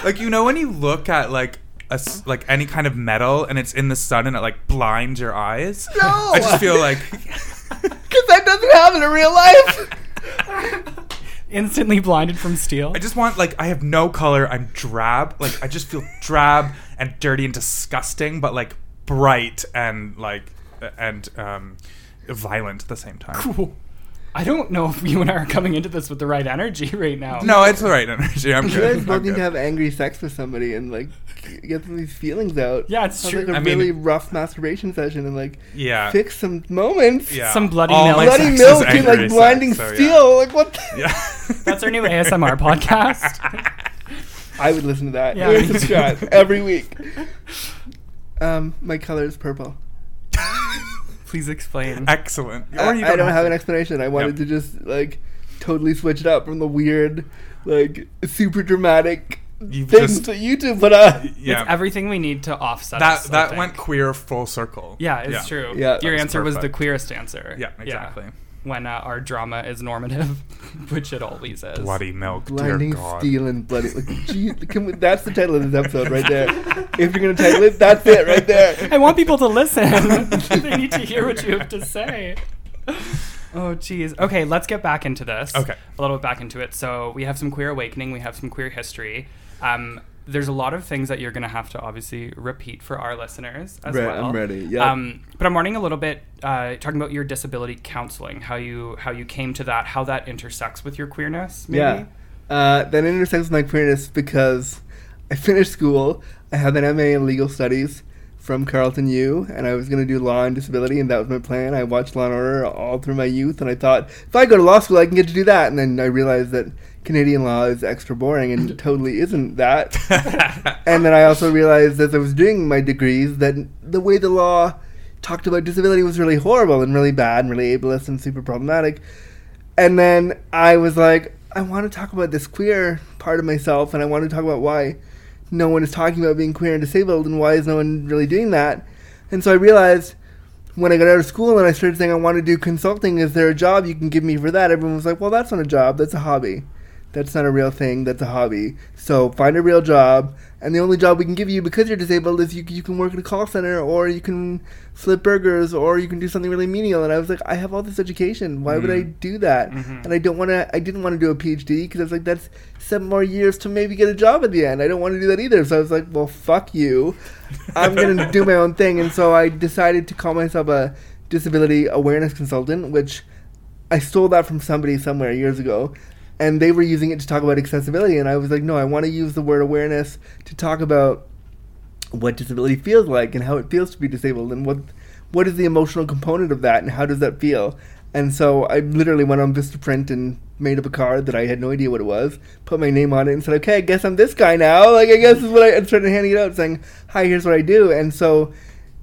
[SPEAKER 2] like you know when you look at like a s like any kind of metal and it's in the sun and it like blinds your eyes.
[SPEAKER 4] No!
[SPEAKER 2] I just feel like
[SPEAKER 4] because that doesn't happen in real life
[SPEAKER 1] Instantly blinded from steel.
[SPEAKER 2] I just want like I have no color. I'm drab. Like I just feel drab and dirty and disgusting, but like bright and like and um violent at the same time.
[SPEAKER 1] I don't know if you and I are coming into this with the right energy right now.
[SPEAKER 2] No, it's the right energy. I'm
[SPEAKER 4] You
[SPEAKER 2] good.
[SPEAKER 4] guys
[SPEAKER 2] I'm
[SPEAKER 4] both need to
[SPEAKER 2] good.
[SPEAKER 4] have angry sex with somebody and like get some of these feelings out.
[SPEAKER 1] Yeah, it's
[SPEAKER 4] Have,
[SPEAKER 1] true.
[SPEAKER 4] Like a
[SPEAKER 2] I mean-
[SPEAKER 4] really rough masturbation session and like
[SPEAKER 2] yeah.
[SPEAKER 4] fix some moments.
[SPEAKER 2] Yeah.
[SPEAKER 1] Some bloody
[SPEAKER 2] All
[SPEAKER 1] milk.
[SPEAKER 2] my
[SPEAKER 4] Bloody
[SPEAKER 2] sex is
[SPEAKER 4] milk and
[SPEAKER 2] angry
[SPEAKER 4] like blinding
[SPEAKER 2] sex, so, yeah.
[SPEAKER 4] steel. Like what? The-
[SPEAKER 2] Yeah.
[SPEAKER 1] That's our new ASMR podcast.
[SPEAKER 4] I would listen to that.
[SPEAKER 1] Yeah.
[SPEAKER 4] Yeah. We're subscribed every week. Um, my color is purple.
[SPEAKER 1] Please explain.
[SPEAKER 2] Excellent. Or
[SPEAKER 4] I,
[SPEAKER 2] you
[SPEAKER 4] I don't have an
[SPEAKER 2] to.
[SPEAKER 4] explanation. I wanted
[SPEAKER 2] Yep.
[SPEAKER 4] to just like totally switch it up from the weird, like super dramatic
[SPEAKER 2] You've
[SPEAKER 4] things
[SPEAKER 2] just-
[SPEAKER 4] that you two put on.
[SPEAKER 2] Yeah.
[SPEAKER 1] It's everything we need to offset.
[SPEAKER 2] that
[SPEAKER 1] us, I
[SPEAKER 2] that
[SPEAKER 1] think.
[SPEAKER 2] went queer full circle.
[SPEAKER 1] Yeah, it's true.
[SPEAKER 4] Yeah. That
[SPEAKER 1] Your
[SPEAKER 2] was
[SPEAKER 1] answer was the
[SPEAKER 2] perfect.
[SPEAKER 1] queerest answer.
[SPEAKER 2] Yeah, exactly.
[SPEAKER 1] When uh, our drama is normative, which it always is.
[SPEAKER 2] Bloody milk.
[SPEAKER 4] Blinding
[SPEAKER 2] dear God.
[SPEAKER 4] steel and bloody. Like, gee, can we, that's the title of this episode right there. if you're gonna title it, that's it right there.
[SPEAKER 1] I want people to listen. they need to hear what you have to say. Oh, geez. Okay, let's get back into this.
[SPEAKER 2] Okay.
[SPEAKER 1] A little bit back into it. So, we have some queer awakening, we have some queer history. Um, there's a lot of things that you're going to have to obviously repeat for our listeners as
[SPEAKER 4] Right,
[SPEAKER 1] well.
[SPEAKER 4] I'm ready, yeah.
[SPEAKER 1] Um, but I'm wanting a little bit uh, talking about your disability counseling, how you how you came to that, how that intersects with your queerness. Maybe?
[SPEAKER 4] Yeah. Uh, that intersects with my queerness because I finished school. I have an MA in legal studies from Carleton U, and I was gonna do law and disability, and that was my plan. I watched Law and Order all through my youth, and I thought if I go to law school, I can get to do that. And then I realized that Canadian law is extra boring and totally isn't that. and then I also realized as I was doing my degrees that the way the law talked about disability was really horrible and really bad and really ableist and super problematic. And then I was like, I want to talk about this queer part of myself and I want to talk about why no one is talking about being queer and disabled and why is no one really doing that. And so I realized when I got out of school and I started saying I want to do consulting, is there a job you can give me for that? Everyone was like, well, that's not a job, that's a hobby. That's not a real thing, that's a hobby. So find a real job. And the only job we can give you because you're disabled is you, you can work at a call center or you can flip burgers or you can do something really menial. And I was like, I have all this education. Why would I do that? And I don't want to, I didn't want to do a PhD because I was like, that's seven more years to maybe get a job at the end. I don't want to do that either. So I was like, well, fuck you. I'm going to do my own thing. And so I decided to call myself a disability awareness consultant, which I stole that from somebody somewhere years ago. And they were using it to talk about accessibility. And I was like, no, I want to use the word awareness to talk about what disability feels like and how it feels to be disabled and what what is the emotional component of that and how does that feel and so i literally went on vistaprint and made up a card that i had no idea what it was put my name on it and said okay i guess i'm this guy now like i guess this is what i and started handing it out saying hi here's what i do and so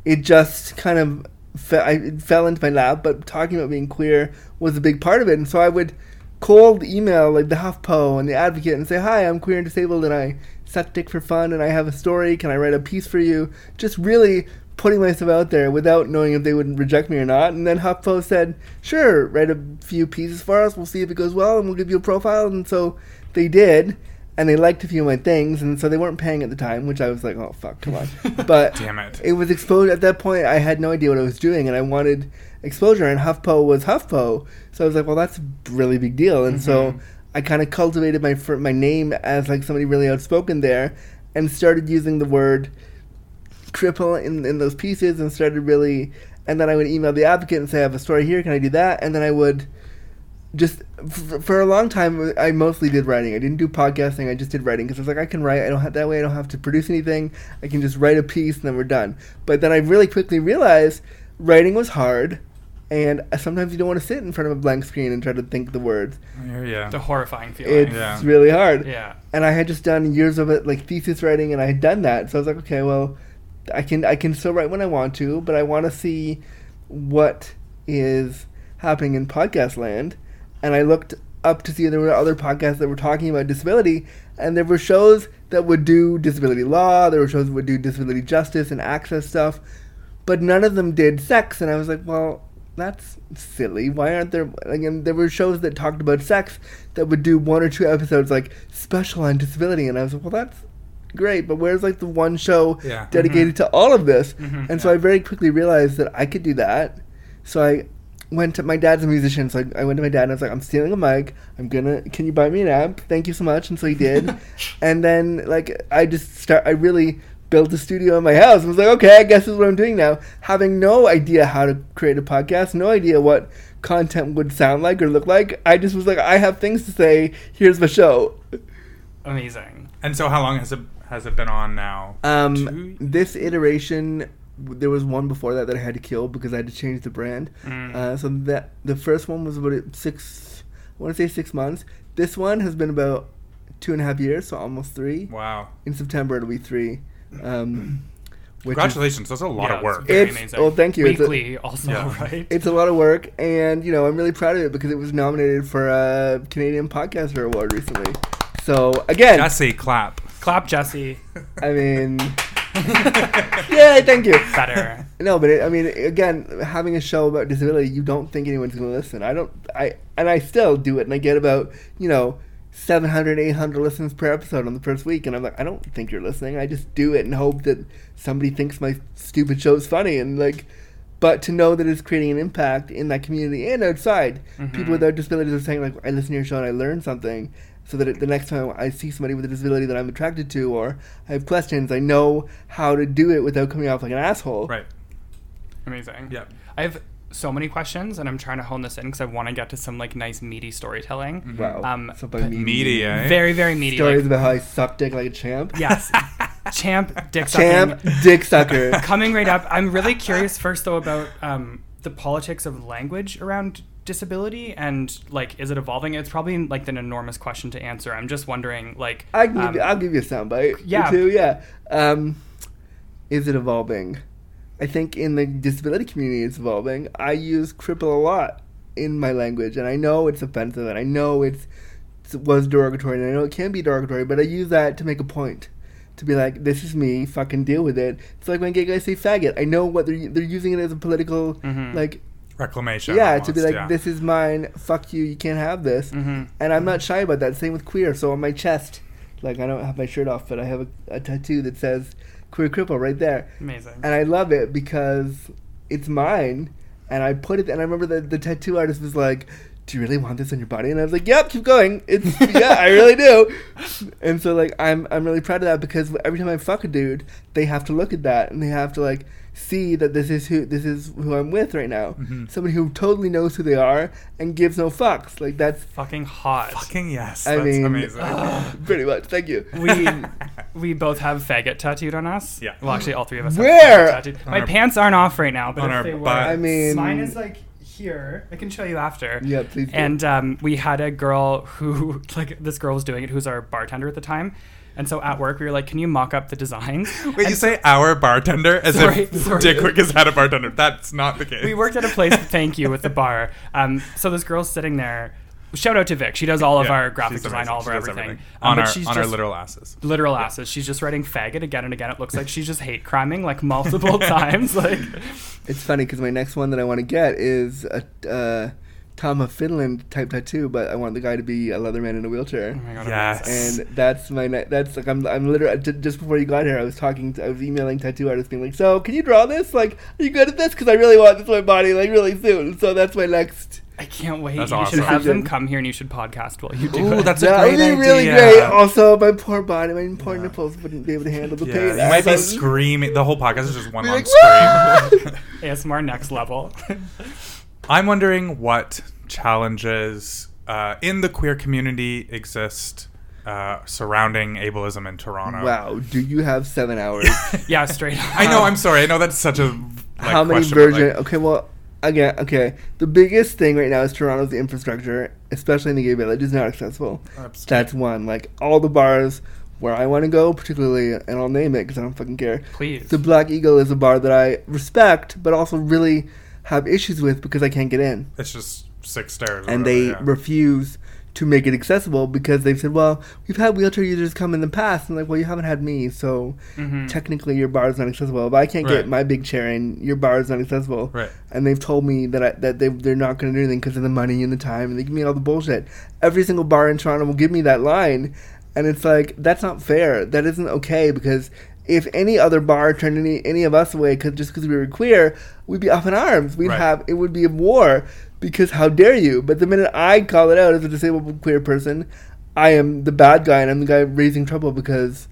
[SPEAKER 4] it just kind of fe- I, it fell into my lap but talking about being queer was a big part of it and so i would cold email like the HuffPo and the Advocate and say, "Hi, I'm queer and disabled, and I suck dick for fun, and I have a story. Can I write a piece for you?" Just really putting myself out there without knowing if they would reject me or not. And then HuffPo said, "Sure, write a few pieces for us. We'll see if it goes well, and we'll give you a profile." And so they did. And they liked a few of my things, and so they weren't paying at the time, which I was like, "Oh fuck, come on!" But
[SPEAKER 2] Damn it.
[SPEAKER 4] it was exposure at that point. I had no idea what I was doing, and I wanted exposure. And HuffPo was HuffPo, so I was like, "Well, that's a really big deal." And so I kind of cultivated my fir- my name as like somebody really outspoken there, and started using the word cripple in, in those pieces, and started really. And then I would email the advocate and say, "I have a story here. Can I do that?" And then I would just f- for a long time i mostly did writing i didn't do podcasting i just did writing because i was like i can write i don't have that way i don't have to produce anything i can just write a piece and then we're done but then i really quickly realized writing was hard and sometimes you don't want to sit in front of a blank screen and try to think the words
[SPEAKER 2] Yeah.
[SPEAKER 1] The horrifying feeling.
[SPEAKER 4] it's
[SPEAKER 2] Yeah.
[SPEAKER 4] really hard
[SPEAKER 1] yeah.
[SPEAKER 4] and i had just done years of it like thesis writing and i had done that so i was like okay well i can i can still write when i want to but i want to see what is happening in podcast land and i looked up to see if there were other podcasts that were talking about disability and there were shows that would do disability law there were shows that would do disability justice and access stuff but none of them did sex and i was like well that's silly why aren't there again there were shows that talked about sex that would do one or two episodes like special on disability and i was like well that's great but where's like the one show
[SPEAKER 2] Yeah.
[SPEAKER 4] dedicated to all of this and so i very quickly realized that i could do that so i went to my dad's a musician so I, I went to my dad and i was like i'm stealing a mic i'm gonna can you buy me an amp thank you so much and so he did and then like i just start i really built a studio in my house and was like okay i guess this is what i'm doing now having no idea how to create a podcast no idea what content would sound like or look like i just was like i have things to say here's my show
[SPEAKER 1] Amazing.
[SPEAKER 2] And so, how long has it has it been on now?
[SPEAKER 4] um
[SPEAKER 2] Two-
[SPEAKER 4] this iteration w- there was one before that that i had to kill because i had to change the brand
[SPEAKER 2] Mm.
[SPEAKER 4] uh, so that the first one was about six i want to say six months this one has been about two and a half years so almost three
[SPEAKER 2] Wow!
[SPEAKER 4] in september it'll be three um which is-
[SPEAKER 2] Congratulations. That's a lot
[SPEAKER 1] Yeah,
[SPEAKER 2] of work.
[SPEAKER 1] it's very
[SPEAKER 4] It's- well, thank you. It's a-
[SPEAKER 1] Weekly, also,
[SPEAKER 2] Yeah.
[SPEAKER 1] right?
[SPEAKER 4] It's a lot of work, and you know I'm really proud of it because it was nominated for a Canadian Podcaster Award recently. So again,
[SPEAKER 2] Jesse, clap.
[SPEAKER 1] Clap, Jesse.
[SPEAKER 4] I mean, yeah, thank you.
[SPEAKER 1] Better.
[SPEAKER 4] No, but it, I mean, again, having a show about disability, you don't think anyone's going to listen. I don't. I and I still do it, and I get about you know 700, 800 listens per episode on the first week, and I'm like, I don't think you're listening. I just do it and hope that somebody thinks my stupid show's funny, and like, but to know that it's creating an impact in that community and outside, people without disabilities are saying like, I listen to your show and I learned something. So that it, the next time I see somebody with a disability that I'm attracted to, or I have questions, I know how to do it without coming off like an asshole.
[SPEAKER 2] Right.
[SPEAKER 1] Amazing.
[SPEAKER 2] Yep.
[SPEAKER 1] I have so many questions, and I'm trying to hone this in because I want to get to some like nice meaty storytelling.
[SPEAKER 4] Wow.
[SPEAKER 1] Um,
[SPEAKER 4] so by media.
[SPEAKER 2] Media. eh?
[SPEAKER 1] Very, very meaty.
[SPEAKER 4] Stories
[SPEAKER 1] like-
[SPEAKER 4] about how I suck dick like a champ.
[SPEAKER 1] yes. Champ, dick
[SPEAKER 4] Champ,
[SPEAKER 1] sucking.
[SPEAKER 4] dick sucker.
[SPEAKER 1] Coming right up, I'm really curious first though about um, the politics of language around disability and like is it evolving? It's probably like an enormous question to answer. I'm just wondering like
[SPEAKER 4] I can give,
[SPEAKER 1] um,
[SPEAKER 4] you- I'll give you a soundbite.
[SPEAKER 1] yeah.
[SPEAKER 4] Yeah. Too, yeah. Um, is it evolving? I think in the disability community, it's evolving. I use cripple a lot in my language, and I know it's offensive, and I know it's it was derogatory, and I know it can be derogatory, but I use that to make a point. to be like, this is me, fucking deal with it. It's like when gay guys say faggot. I know what they're they're using it as a political
[SPEAKER 1] Mm-hmm.
[SPEAKER 4] like
[SPEAKER 2] Reclamation.
[SPEAKER 4] yeah, to
[SPEAKER 2] almost,
[SPEAKER 4] be like,
[SPEAKER 2] yeah.
[SPEAKER 4] this is mine. Fuck you. You can't have this.
[SPEAKER 1] Mm-hmm.
[SPEAKER 4] And I'm not shy about that. Same with queer. So on my chest, like I don't have my shirt off, but I have a, a tattoo that says queer cripple right there,
[SPEAKER 1] Amazing.
[SPEAKER 4] and I love it because it's mine. And I put it, and I remember that the tattoo artist was like, "Do you really want this on your body?" And I was like, "Yep, keep going. It's yeah, I really do." And so like I'm I'm really proud of that because every time I fuck a dude, they have to look at that and they have to like see that this is who this is who I'm with right now. Somebody who totally knows who they are and gives no fucks. Like that's
[SPEAKER 1] Fucking hot.
[SPEAKER 2] Fucking yes.
[SPEAKER 4] I
[SPEAKER 2] that's
[SPEAKER 4] mean, uh,
[SPEAKER 2] amazing.
[SPEAKER 4] pretty much. Thank you.
[SPEAKER 1] We we both have faggot tattooed on us.
[SPEAKER 2] Yeah.
[SPEAKER 1] Well, actually, all three of us. Have
[SPEAKER 4] Where?
[SPEAKER 1] faggot tattooed. My
[SPEAKER 2] our-
[SPEAKER 1] pants aren't off right now, but
[SPEAKER 2] on
[SPEAKER 1] if
[SPEAKER 2] our
[SPEAKER 1] they were,
[SPEAKER 2] butt.
[SPEAKER 4] I mean,
[SPEAKER 1] mine is like here. I can show you after.
[SPEAKER 4] yeah, please. do.
[SPEAKER 1] And um, we had a girl who, like, this girl was doing it, who's our bartender at the time. And so at work, we were like, "Can you mock up the designs?"
[SPEAKER 2] Wait, you say our bartender as
[SPEAKER 1] Sorry,
[SPEAKER 2] if
[SPEAKER 1] sorry.
[SPEAKER 2] Dick Wick has had a bartender. That's not the case.
[SPEAKER 1] we worked at a place thank you with the bar um, so this girl's sitting there shout out to vic she does all of
[SPEAKER 2] Yeah,
[SPEAKER 1] our graphic
[SPEAKER 2] she's
[SPEAKER 1] design
[SPEAKER 2] amazing.
[SPEAKER 1] all of
[SPEAKER 2] She
[SPEAKER 1] our
[SPEAKER 2] does
[SPEAKER 1] everything, Um,
[SPEAKER 2] on
[SPEAKER 1] but
[SPEAKER 2] our
[SPEAKER 1] she's
[SPEAKER 2] on our
[SPEAKER 1] just
[SPEAKER 2] literal asses.
[SPEAKER 1] literal asses she's just writing faggot again and again it looks like she's just hate criming like multiple times like
[SPEAKER 4] It's funny because my next one that I want to get is a uh, Tom of Finland type tattoo, but I want the guy to be a leather man in a wheelchair.
[SPEAKER 1] oh my god
[SPEAKER 2] Yes.
[SPEAKER 4] And that's my ne- that's like I'm I'm literally j- just before you got here I was talking to, I was emailing tattoo artists being like so can you draw this like are you good at this because I really want this on my body like really soon so that's my next
[SPEAKER 1] i can't wait
[SPEAKER 2] That's
[SPEAKER 1] you
[SPEAKER 2] awesome.
[SPEAKER 1] should have them come here and you should podcast while you do
[SPEAKER 2] Ooh,
[SPEAKER 1] it
[SPEAKER 2] that's a
[SPEAKER 4] that
[SPEAKER 2] great
[SPEAKER 4] would be
[SPEAKER 2] idea.
[SPEAKER 4] really great Oh, also my poor body my poor
[SPEAKER 2] Yeah.
[SPEAKER 4] nipples wouldn't be able to handle the
[SPEAKER 2] Yeah,
[SPEAKER 4] pain
[SPEAKER 2] you might be
[SPEAKER 4] So-
[SPEAKER 2] screaming. The whole podcast is just one
[SPEAKER 4] Be
[SPEAKER 2] long
[SPEAKER 4] like,
[SPEAKER 2] scream.
[SPEAKER 1] asmr next level
[SPEAKER 2] I'm wondering what challenges uh, in the queer community exist uh, surrounding ableism in Toronto.
[SPEAKER 4] wow do you have seven hours
[SPEAKER 1] yeah straight up.
[SPEAKER 2] I know. I'm sorry. I know that's such a like,
[SPEAKER 4] how many
[SPEAKER 2] question, but, like,
[SPEAKER 4] version? okay, well, again, okay. The biggest thing right now is Toronto's infrastructure, especially in the gay village, is not accessible.
[SPEAKER 2] Absolutely.
[SPEAKER 4] That's one. Like all the bars where I want to go, particularly, and I'll name it because I don't fucking care.
[SPEAKER 1] please
[SPEAKER 4] The Black Eagle is a bar that I respect, but also really have issues with because I can't get in,
[SPEAKER 2] it's just six stairs. or whatever,
[SPEAKER 4] and they
[SPEAKER 2] Oh, yeah.
[SPEAKER 4] refuse. To make it accessible because they've said, well, we've had wheelchair users come in the past, and like, well, you haven't had me, so
[SPEAKER 1] Mm-hmm.
[SPEAKER 4] technically your bar is not accessible. If I can't
[SPEAKER 2] Mm-hmm. Right.
[SPEAKER 4] get my big chair in, your bar is not accessible
[SPEAKER 2] right.
[SPEAKER 4] and they've told me that I, that they they're not going to do anything because of the money and the time, and they give me all the bullshit. Every single bar in Toronto will give me that line, and it's like that's not fair. That isn't okay because if any other bar turned any any of us away 'cause- just because we were queer, we'd be up in arms. We'd
[SPEAKER 2] Right.
[SPEAKER 4] have it would be a war because how dare you? But the minute I call it out as a disabled queer person, I am the bad guy and I'm the guy raising trouble because.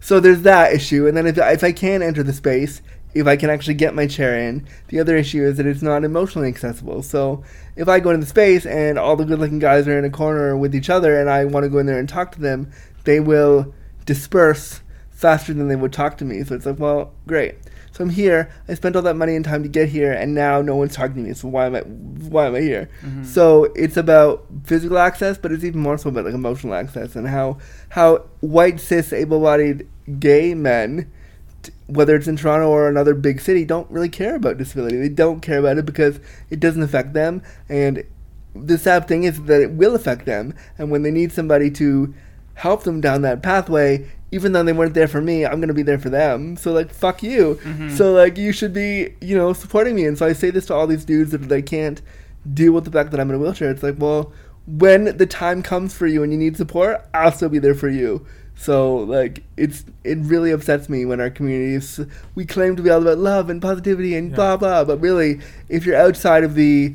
[SPEAKER 4] So there's that issue, and then if, if I can enter the space, if I can actually get my chair in, the other issue is that it's not emotionally accessible. So if I go into the space and all the good-looking guys are in a corner with each other, and I want to go in there and talk to them, they will disperse faster than they would talk to me. So it's like, well, great. So I'm here. I spent all that money and time to get here, and now no one's talking to me. So why am I? Why am I here? So it's about physical access, but it's even more so about like emotional access and how how white cis able-bodied gay men, t- whether it's in Toronto or another big city, don't really care about disability. They don't care about it because it doesn't affect them. And the sad thing is that it will affect them. And when they need somebody to help them down that pathway, even though they weren't there for me, I'm gonna be there for them. So like, fuck you. So like, you should be, you know, supporting me. And so I say this to all these dudes that they can't deal with the fact that I'm in a wheelchair. It's like, well, when the time comes for you and you need support, I'll still be there for you. So like, it's it really upsets me when our communities we claim to be all about love and positivity and blah blah, but really, if you're outside of the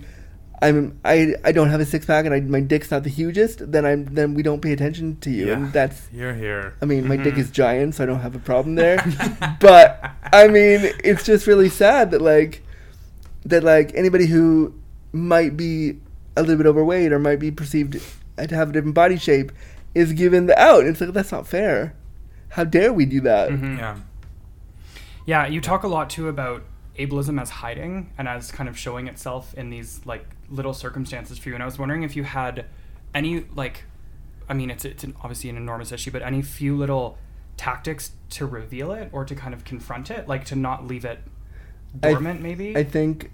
[SPEAKER 4] I'm I, I don't have a six pack and I, my dick's not the hugest, then I'm then we don't pay attention to you,
[SPEAKER 2] Yeah.
[SPEAKER 4] and that's
[SPEAKER 2] You're here.
[SPEAKER 4] I mean, my dick is giant, so I don't have a problem there. but I mean, it's just really sad that like that like anybody who might be a little bit overweight or might be perceived to have a different body shape is given the out. It's like that's not fair. How dare we do that?
[SPEAKER 2] Yeah.
[SPEAKER 1] Yeah, you talk a lot too about ableism as hiding and as kind of showing itself in these like little circumstances for you. And I was wondering if you had any like, I mean, it's it's an, obviously an enormous issue, but any few little tactics to reveal it or to kind of confront it, like to not leave it
[SPEAKER 4] I-
[SPEAKER 1] dormant, maybe.
[SPEAKER 4] I think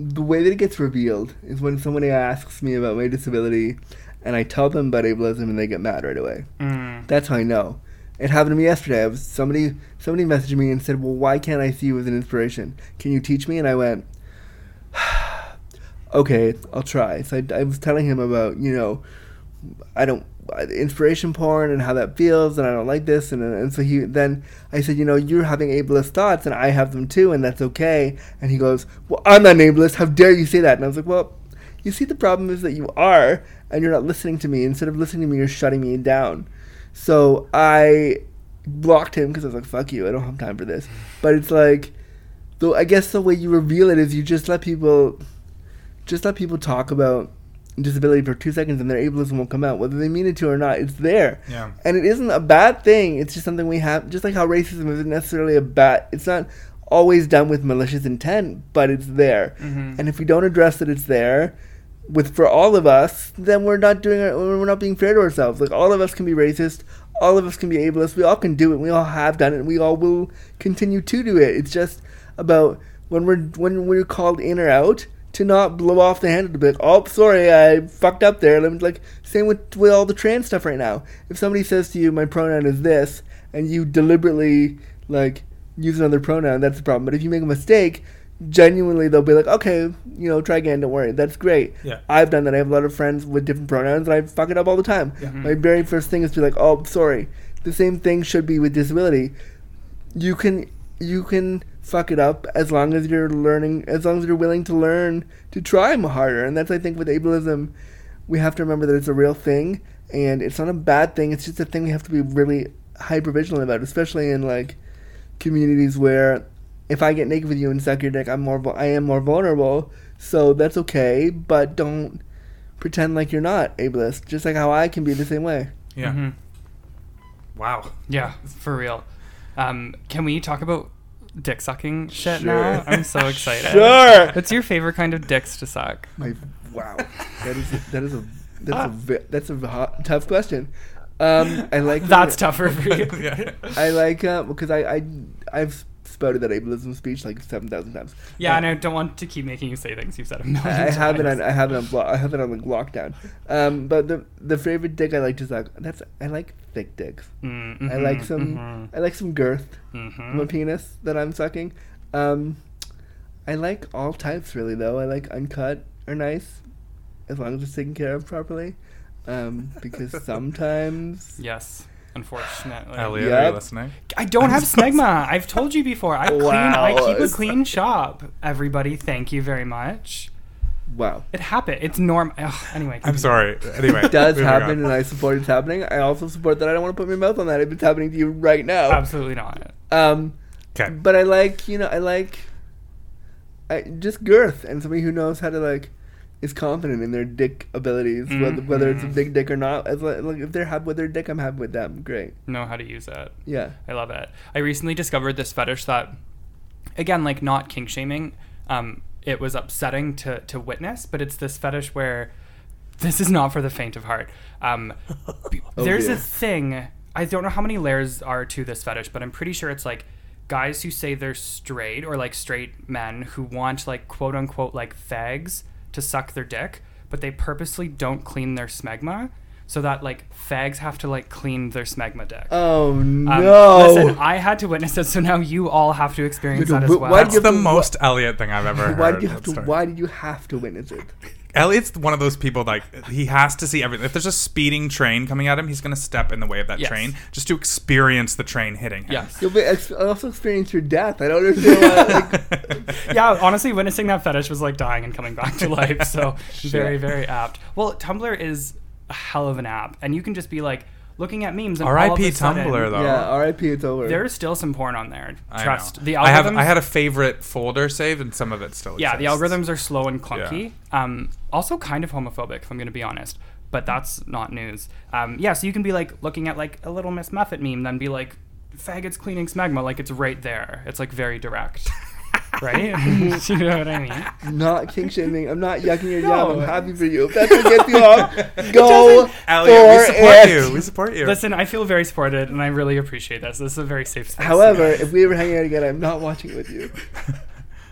[SPEAKER 4] the way that it gets revealed is when somebody asks me about my disability and I tell them about ableism and they get mad right away.
[SPEAKER 1] Mm,
[SPEAKER 4] That's how I know. It happened to me yesterday. I was, somebody somebody messaged me and said, "Well, why can't I see you as an inspiration? Can you teach me?" And I went, "Okay, I'll try." So I, I was telling him about you know, I don't uh, inspiration porn and how that feels, and I don't like this, and and so he then I said, "You know, you're having ableist thoughts, and I have them too, and that's okay." And he goes, "Well, I'm not an ableist. How dare you say that?" And I was like, "Well." You see, the problem is that you are, and you're not listening to me. Instead of listening to me, you're shutting me down. So I blocked him because I was like, "Fuck you! I don't have time for this." But it's like, though I guess the way you reveal it is you just let people, just let people talk about disability for two seconds, and their ableism won't come out, whether they mean it to or not. It's there,
[SPEAKER 2] Yeah.
[SPEAKER 4] and it isn't a bad thing. It's just something we have. Just like how racism isn't necessarily a bad. It's not always done with malicious intent, but it's there. And if we don't address that it's there, with for all of us, then we're not doing our, we're not being fair to ourselves. Like all of us can be racist, all of us can be ableist. We all can do it. We all have done it. and We all will continue to do it. It's just about when we're when we're called in or out to not blow off the handle to be like, oh, sorry, I fucked up there. And I'm like, same with with all the trans stuff right now. If somebody says to you, my pronoun is this, and you deliberately like use another pronoun, that's the problem. But if you make a mistake, genuinely they'll be like, okay, you know, try again, don't worry. That's great.
[SPEAKER 2] Yeah.
[SPEAKER 4] I've done that. I have a lot of friends with different pronouns, and I fuck it up all the time.
[SPEAKER 2] Yeah. Mm-hmm.
[SPEAKER 4] My very first thing is to be like, oh, sorry. The same thing should be with disability. You can you can fuck it up as long as you're learning, as long as you're willing to learn to try m- harder. And that's I think with ableism, we have to remember that it's a real thing, and it's not a bad thing. It's just a thing we have to be really hyper vigilant about, especially in like communities where if I get naked with you and suck your dick, I'm more vul- I am more vulnerable. So that's okay, but don't pretend like you're not ableist. Just like how I can be the same way.
[SPEAKER 2] Yeah.
[SPEAKER 1] Mhm.
[SPEAKER 2] Wow.
[SPEAKER 1] Yeah, for real. Um, can we talk about dick sucking shit
[SPEAKER 4] Sure.
[SPEAKER 1] now? I'm so excited.
[SPEAKER 4] Sure.
[SPEAKER 1] What's your favorite kind of dicks to suck?
[SPEAKER 4] My wow, that is that is a that's
[SPEAKER 1] Ah.
[SPEAKER 4] a ve- that's a hot, tough question. Um, I like
[SPEAKER 1] That's tougher for you.
[SPEAKER 2] yeah.
[SPEAKER 4] I like uh, because I I I've spouted that ableism speech like seven thousand times.
[SPEAKER 1] Yeah, and I don't want to keep making you say things you've said a million
[SPEAKER 4] I I
[SPEAKER 1] times.
[SPEAKER 4] have it on I have it on blo- I have it on like lockdown. Um, but the the favorite dick I like to suck that's I like thick dicks.
[SPEAKER 1] Mm,
[SPEAKER 4] I like
[SPEAKER 1] mhm,
[SPEAKER 4] some
[SPEAKER 1] mhm,
[SPEAKER 4] I like some girth.
[SPEAKER 1] mhm.
[SPEAKER 4] my penis that I'm sucking. Um, I like all types really though. I like uncut are nice, as long as it's taken care of properly. Um, because sometimes
[SPEAKER 1] Yes, unfortunately.
[SPEAKER 2] Elliot, are
[SPEAKER 4] Yep.
[SPEAKER 2] you listening?
[SPEAKER 1] I don't have
[SPEAKER 2] so
[SPEAKER 1] smegma. I've told you before. I clean. I
[SPEAKER 4] Wow.
[SPEAKER 1] keep a clean shop. Everybody, thank you very much.
[SPEAKER 4] wow,
[SPEAKER 1] It happened. It's normal. Anyway,
[SPEAKER 2] I'm sorry. Anyway,
[SPEAKER 4] it does
[SPEAKER 2] moving
[SPEAKER 4] happen,
[SPEAKER 2] on.
[SPEAKER 4] and I support it's happening. I also support that I don't want to put my mouth on that if it's happening to you right now.
[SPEAKER 1] Absolutely not.
[SPEAKER 4] Um,
[SPEAKER 2] Okay.
[SPEAKER 4] but I like you know I like, I just girth and somebody who knows how to like. Is confident in their dick abilities, whether, whether it's a
[SPEAKER 1] Mhm.
[SPEAKER 4] big dick or not. As lo- like, if they're happy with their dick, I'm happy with them. Great,
[SPEAKER 1] Know how to use it.
[SPEAKER 4] yeah.
[SPEAKER 1] I love it. I recently discovered this fetish that, again, like not kink shaming, um, it was upsetting to, to witness, but it's this fetish where this is not for the faint of heart. Um, b-
[SPEAKER 4] Oh,
[SPEAKER 1] there's
[SPEAKER 4] dear.
[SPEAKER 1] a thing, I don't know how many layers are to this fetish, but I'm pretty sure it's like guys who say they're straight or like straight men who want like quote unquote like fags to suck their dick, but they purposely don't clean their smegma. So that like fags have to like clean their smegma dick.
[SPEAKER 4] Oh
[SPEAKER 1] Um,
[SPEAKER 4] no!
[SPEAKER 1] Listen, I had to witness it, so now you all have to experience
[SPEAKER 4] Dude,
[SPEAKER 1] that as
[SPEAKER 4] wh-
[SPEAKER 1] well.
[SPEAKER 4] why
[SPEAKER 2] That's
[SPEAKER 4] Give
[SPEAKER 2] the
[SPEAKER 4] them-
[SPEAKER 2] most Elliot thing I've ever heard.
[SPEAKER 4] why did you have
[SPEAKER 2] Let's
[SPEAKER 4] to?
[SPEAKER 2] start.
[SPEAKER 4] Why did you have to witness it?
[SPEAKER 2] Elliot's one of those people like he has to see everything. If there's a speeding train coming at him, he's gonna step in the way of that
[SPEAKER 1] Yes.
[SPEAKER 2] train just to experience the train hitting him.
[SPEAKER 1] yes.
[SPEAKER 4] You'll be ex- also experience your death. I don't understand why. Like,
[SPEAKER 1] yeah, honestly, witnessing that fetish was like dying and coming back to life. So very, very apt. Well, Tumblr is a hell of an app, and you can just be like looking at memes. And all of
[SPEAKER 2] R.I.P.
[SPEAKER 1] a sudden-
[SPEAKER 2] Tumblr though.
[SPEAKER 4] yeah, R.I.P. It's over.
[SPEAKER 1] There is still some porn on there.
[SPEAKER 2] I know.
[SPEAKER 1] Trust the
[SPEAKER 2] I have.
[SPEAKER 1] algorithms.
[SPEAKER 2] I had a favorite folder saved, and some of it still.
[SPEAKER 1] yeah, the
[SPEAKER 2] exists.
[SPEAKER 1] algorithms are slow and clunky. Um, also, kind of homophobic, if I'm going to be honest. But that's not news. Um, yeah, so you can be like looking at like a little Miss Muffet meme, then be like, "Faggots cleaning smegma," like it's right there. It's like very direct, right? you know what I mean?
[SPEAKER 4] I'm not kink shaming. I'm not yucking your yum.
[SPEAKER 1] No.
[SPEAKER 4] I'm happy for you. If that's what gets you off, go
[SPEAKER 2] Elliot, we
[SPEAKER 4] for
[SPEAKER 2] support
[SPEAKER 4] it.
[SPEAKER 2] you. We support you.
[SPEAKER 1] Listen, I feel very supported, and I really appreciate this. This is a very safe space.
[SPEAKER 4] However, if we ever hang out again, I'm not watching it with you.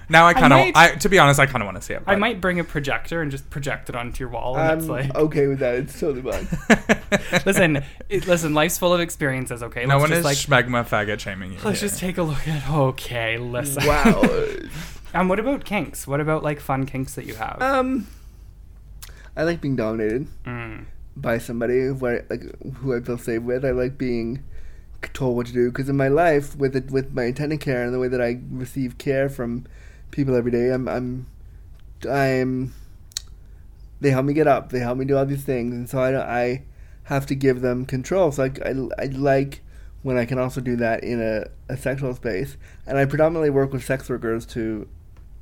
[SPEAKER 2] Now I kind of,
[SPEAKER 1] might-
[SPEAKER 2] I, to be honest, I kind of want to see
[SPEAKER 1] I
[SPEAKER 2] it. but-
[SPEAKER 1] might bring a projector and just project it onto your wall, and
[SPEAKER 2] Um,
[SPEAKER 4] I'm
[SPEAKER 1] it's like,
[SPEAKER 2] oh.
[SPEAKER 4] okay with that. It's totally fine.
[SPEAKER 1] listen, it, listen, life's full of experiences. Okay,
[SPEAKER 2] no
[SPEAKER 1] Let's
[SPEAKER 2] one
[SPEAKER 1] just,
[SPEAKER 2] is
[SPEAKER 1] like,
[SPEAKER 2] schmegma faggot shaming you.
[SPEAKER 1] let's just take a look at. Okay, listen.
[SPEAKER 4] wow.
[SPEAKER 1] and what about kinks? What about like fun kinks that you have?
[SPEAKER 4] Um, I like being dominated
[SPEAKER 1] Mm.
[SPEAKER 4] by somebody where like who I feel safe with. I like being told what to do because in my life with it with my attendant care and the way that I receive care from people every day, I'm I'm I'm they help me get up. They help me do all these things, and so I don't- I have to give them control. So I I, I like. When I can also do that in a, a sexual space, and I predominantly work with sex workers to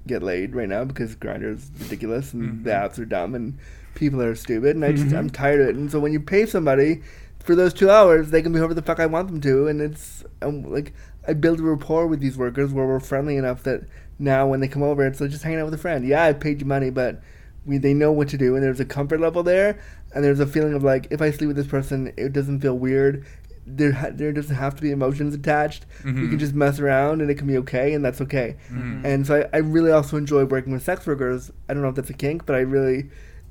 [SPEAKER 4] get laid right now because Grinder's ridiculous and the apps are dumb and people are stupid and I just I'm tired of it. And so when you pay somebody for those two hours, they can be whoever the fuck I want them to, and it's um like I build a rapport with these workers where we're friendly enough that now when they come over, it's like just hanging out with a friend. Yeah, I paid you money, but we they know what to do, and there's a comfort level there, and there's a feeling of like if I sleep with this person, it doesn't feel weird. There, ha- there doesn't have to be emotions attached. We can just mess around, and it can be okay, and that's okay. And so I, I really also enjoy working with sex workers. I don't know if that's a kink, but I really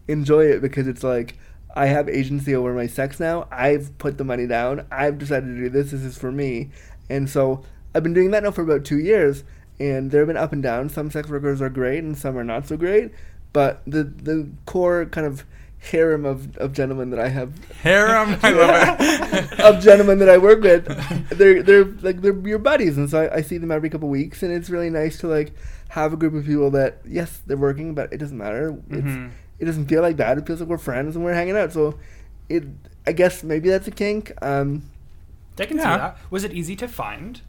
[SPEAKER 4] enjoy it because it's like I have agency over my sex now. I've put the money down. I've decided to do this. This is for me. And so I've been doing that now for about two years. And there have been up and down. Some sex workers are great and some are not so great. But the the core kind of harem of, of gentlemen that I have
[SPEAKER 2] harem. I love it.
[SPEAKER 4] of gentlemen that I work with, they're they're like they're your buddies, and so I, I see them every couple weeks, and it's really nice to like have a group of people that yes they're working, but it doesn't matter.
[SPEAKER 1] Mm-hmm.
[SPEAKER 4] It's, it doesn't feel like that. It feels like we're friends and we're hanging out. So, it I guess maybe that's a kink. Um,
[SPEAKER 1] I can
[SPEAKER 2] Yeah.
[SPEAKER 1] see that. Was it easy to find,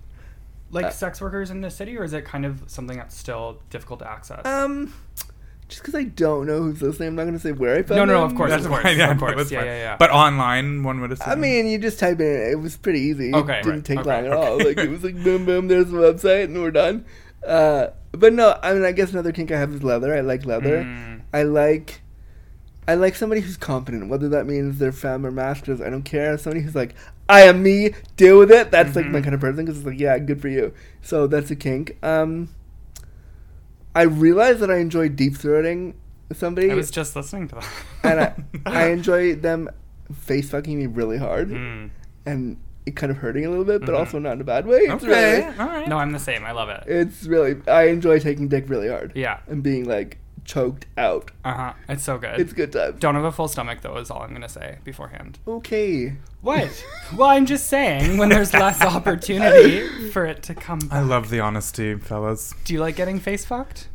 [SPEAKER 1] like
[SPEAKER 4] Uh,
[SPEAKER 1] sex workers in the city, or is it kind of something that's still difficult to access?
[SPEAKER 4] um, just because I don't know who's listening, I'm not gonna say where I found.
[SPEAKER 1] no, no, of
[SPEAKER 4] them.
[SPEAKER 1] course,
[SPEAKER 2] That's
[SPEAKER 1] of course,
[SPEAKER 2] why, yeah,
[SPEAKER 1] of
[SPEAKER 2] that was
[SPEAKER 1] course, yeah,
[SPEAKER 2] fine.
[SPEAKER 1] yeah, yeah.
[SPEAKER 2] But online, one would assume.
[SPEAKER 4] I mean, you just type in it. It was pretty easy.
[SPEAKER 1] Okay.
[SPEAKER 4] it didn't
[SPEAKER 1] Right.
[SPEAKER 4] take
[SPEAKER 1] Okay.
[SPEAKER 4] long at all.
[SPEAKER 2] Okay.
[SPEAKER 4] Like it was like boom, boom. There's the website, and we're done. Uh, but no, I mean, I guess another kink I have is leather. I like leather.
[SPEAKER 1] Mm.
[SPEAKER 4] I like, I like somebody who's confident. Whether that means they're femme or masters, I don't care. Somebody who's like, I am me. Deal with it. That's like my
[SPEAKER 1] Mm-hmm.
[SPEAKER 4] kind of person. Because it's like, yeah, good for you. So that's a kink. Um, I realize that I enjoy deep throating somebody,
[SPEAKER 1] I was just listening to that.
[SPEAKER 4] and I, I enjoy them face fucking me really hard
[SPEAKER 1] Mm.
[SPEAKER 4] and it kind of hurting a little bit, but also not in a bad way. It's
[SPEAKER 2] Mm-hmm. okay,
[SPEAKER 4] really,
[SPEAKER 2] all right.
[SPEAKER 1] No, I'm the same. I love it.
[SPEAKER 4] it's really, I enjoy taking dick really hard
[SPEAKER 1] Yeah.
[SPEAKER 4] and being like choked out.
[SPEAKER 1] Uh huh. It's so good.
[SPEAKER 4] It's good times.
[SPEAKER 1] Don't have a full stomach though. Is all I'm gonna say beforehand.
[SPEAKER 4] Okay.
[SPEAKER 1] What? well, I'm just saying when there's less opportunity for it to come.
[SPEAKER 2] I love the honesty, fellas.
[SPEAKER 1] Do you like getting face fucked?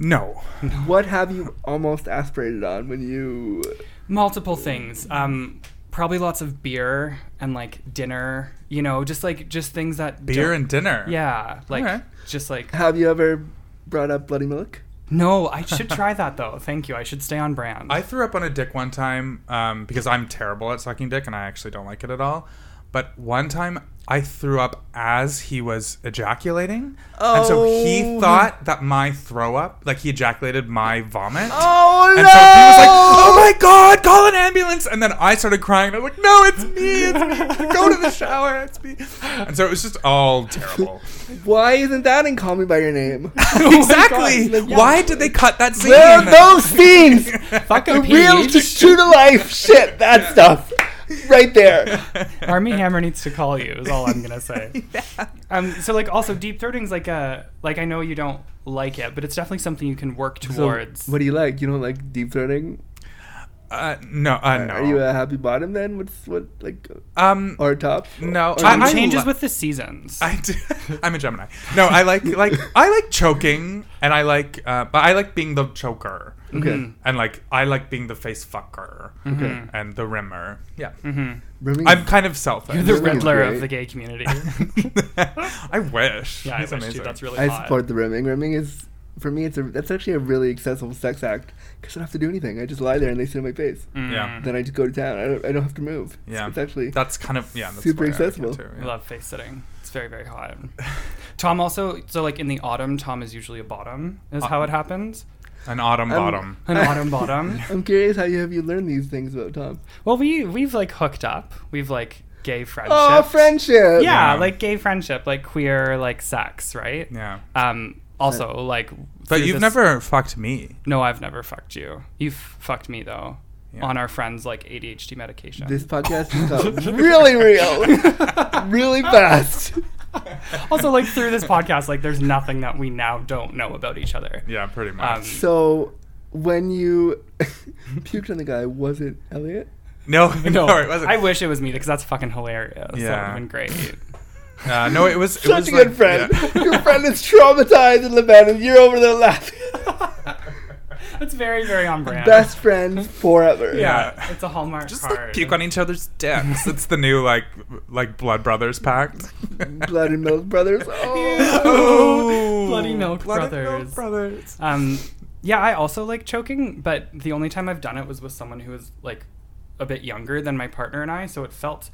[SPEAKER 2] No,
[SPEAKER 4] What have you almost aspirated on when you.
[SPEAKER 1] Multiple things. Um, probably lots of beer and like dinner. You know, just like just things that
[SPEAKER 2] beer
[SPEAKER 1] don't-
[SPEAKER 2] and dinner.
[SPEAKER 1] yeah, like
[SPEAKER 2] Okay.
[SPEAKER 1] just like
[SPEAKER 4] Have you ever brought up bloody milk?
[SPEAKER 1] no. I should try that though. Thank you. I should stay on brand.
[SPEAKER 2] I threw up on a dick one time um, because I'm terrible at sucking dick and I actually don't like it at all. But one time I threw up as he was ejaculating. And so he
[SPEAKER 4] Oh.
[SPEAKER 2] thought that my throw up, like he ejaculated my vomit.
[SPEAKER 4] Oh,
[SPEAKER 2] And so he was like, "Oh my god, call an ambulance!" And then I started crying. I was like, "No, it's me! It's me! Go to the shower! It's me!" And so it was just all terrible.
[SPEAKER 4] Why isn't that in Call Me By Your Name?
[SPEAKER 2] exactly.
[SPEAKER 4] God.
[SPEAKER 2] Why did they cut that scene?
[SPEAKER 4] Where are those scenes?
[SPEAKER 1] Fucking
[SPEAKER 4] Real
[SPEAKER 1] peach.
[SPEAKER 4] to true to life shit, that stuff. Right there.
[SPEAKER 1] Army Hammer needs to call you. Is all I'm gonna say. Um. So like, also deep throating's like a like I know you don't like it, but it's definitely something you can work
[SPEAKER 4] So,
[SPEAKER 1] towards.
[SPEAKER 4] what do you like? You don't like deep throating?
[SPEAKER 2] Uh, no, uh, no.
[SPEAKER 4] Are you a happy bottom then? What's what like
[SPEAKER 2] um,
[SPEAKER 4] or top?
[SPEAKER 2] no.
[SPEAKER 4] or-
[SPEAKER 1] Time
[SPEAKER 2] I- I
[SPEAKER 1] changes
[SPEAKER 2] lo-
[SPEAKER 1] with the seasons.
[SPEAKER 2] I do. I'm a Gemini. No, I like like I like choking, and I like uh, but I like being the choker,
[SPEAKER 4] Okay.
[SPEAKER 1] Mm-hmm.
[SPEAKER 2] and like I like being the face fucker, Mm-hmm.
[SPEAKER 4] Okay. Mm-hmm.
[SPEAKER 2] and the rimmer. Yeah,
[SPEAKER 4] Rimming
[SPEAKER 2] I'm kind of selfish.
[SPEAKER 1] You're the
[SPEAKER 4] Really
[SPEAKER 1] riddler of
[SPEAKER 4] great.
[SPEAKER 1] the gay community.
[SPEAKER 2] I wish.
[SPEAKER 1] yeah, I
[SPEAKER 2] He's
[SPEAKER 1] wish too.
[SPEAKER 2] amazing.
[SPEAKER 1] That's really
[SPEAKER 4] I
[SPEAKER 1] hot.
[SPEAKER 4] support the rimming. Rimming is for me. It's a that's actually a really accessible sex act because I don't have to do anything. I just lie there and they sit in my face.
[SPEAKER 2] yeah.
[SPEAKER 4] Then I just go to town. I don't, I don't have to move. It's-
[SPEAKER 2] Mm. Yeah.
[SPEAKER 4] Mm. it's actually
[SPEAKER 2] That's kind of yeah. That's
[SPEAKER 4] Super
[SPEAKER 2] why I like it
[SPEAKER 4] accessible.
[SPEAKER 2] too,
[SPEAKER 1] I
[SPEAKER 2] yeah.
[SPEAKER 1] love face sitting. It's very very hot. Tom also so like in the autumn, Tom is usually a bottom.
[SPEAKER 2] Uh,
[SPEAKER 1] Is how it happens.
[SPEAKER 2] An autumn
[SPEAKER 4] Um,
[SPEAKER 2] bottom.
[SPEAKER 1] An autumn bottom.
[SPEAKER 4] I'm curious how you have you learned these things about Tom?
[SPEAKER 1] Well, we we've like hooked up. We've like gay friendship.
[SPEAKER 4] Oh, friendship.
[SPEAKER 1] Yeah,
[SPEAKER 2] Yeah.
[SPEAKER 1] like gay friendship, like queer, like sex, right?
[SPEAKER 2] Yeah.
[SPEAKER 1] Um, Also, like,
[SPEAKER 2] But
[SPEAKER 1] through
[SPEAKER 2] you've
[SPEAKER 1] this-
[SPEAKER 2] never fucked me.
[SPEAKER 1] No, I've never fucked you. You've fucked me though,
[SPEAKER 2] Yeah.
[SPEAKER 1] on our friend's like ADHD medication.
[SPEAKER 4] This podcast just got really real, really fast.
[SPEAKER 1] also, like through this podcast, like there's nothing that we now don't know about each other.
[SPEAKER 2] Yeah, pretty
[SPEAKER 1] Um,
[SPEAKER 2] much.
[SPEAKER 4] So when you puked on the guy, was it Elliot?
[SPEAKER 2] no, no,
[SPEAKER 1] No,
[SPEAKER 2] it wasn't.
[SPEAKER 1] I wish it was me because that's fucking hilarious. Yeah. That would
[SPEAKER 2] Yeah.
[SPEAKER 1] have been great.
[SPEAKER 2] Uh, no, it was. It was
[SPEAKER 4] Such a good
[SPEAKER 2] like-
[SPEAKER 4] friend.
[SPEAKER 2] yeah.
[SPEAKER 4] Your friend is traumatized and abandoned. You're over there laughing.
[SPEAKER 1] That's very, very on brand.
[SPEAKER 4] Best friend forever.
[SPEAKER 1] Yeah.
[SPEAKER 2] Yeah.
[SPEAKER 1] It's a hallmark
[SPEAKER 2] Just
[SPEAKER 1] card.
[SPEAKER 2] like puke on each other's dicks. it's the new like like blood brothers pact.
[SPEAKER 4] Blood and milk brothers. Oh.
[SPEAKER 2] Oh,
[SPEAKER 1] Bloody Milk
[SPEAKER 2] Blood and
[SPEAKER 1] Brothers.
[SPEAKER 2] Milk brothers.
[SPEAKER 1] Um, yeah, I also like choking, but the only time I've done it was with someone who was like a bit younger than my partner and I, so it felt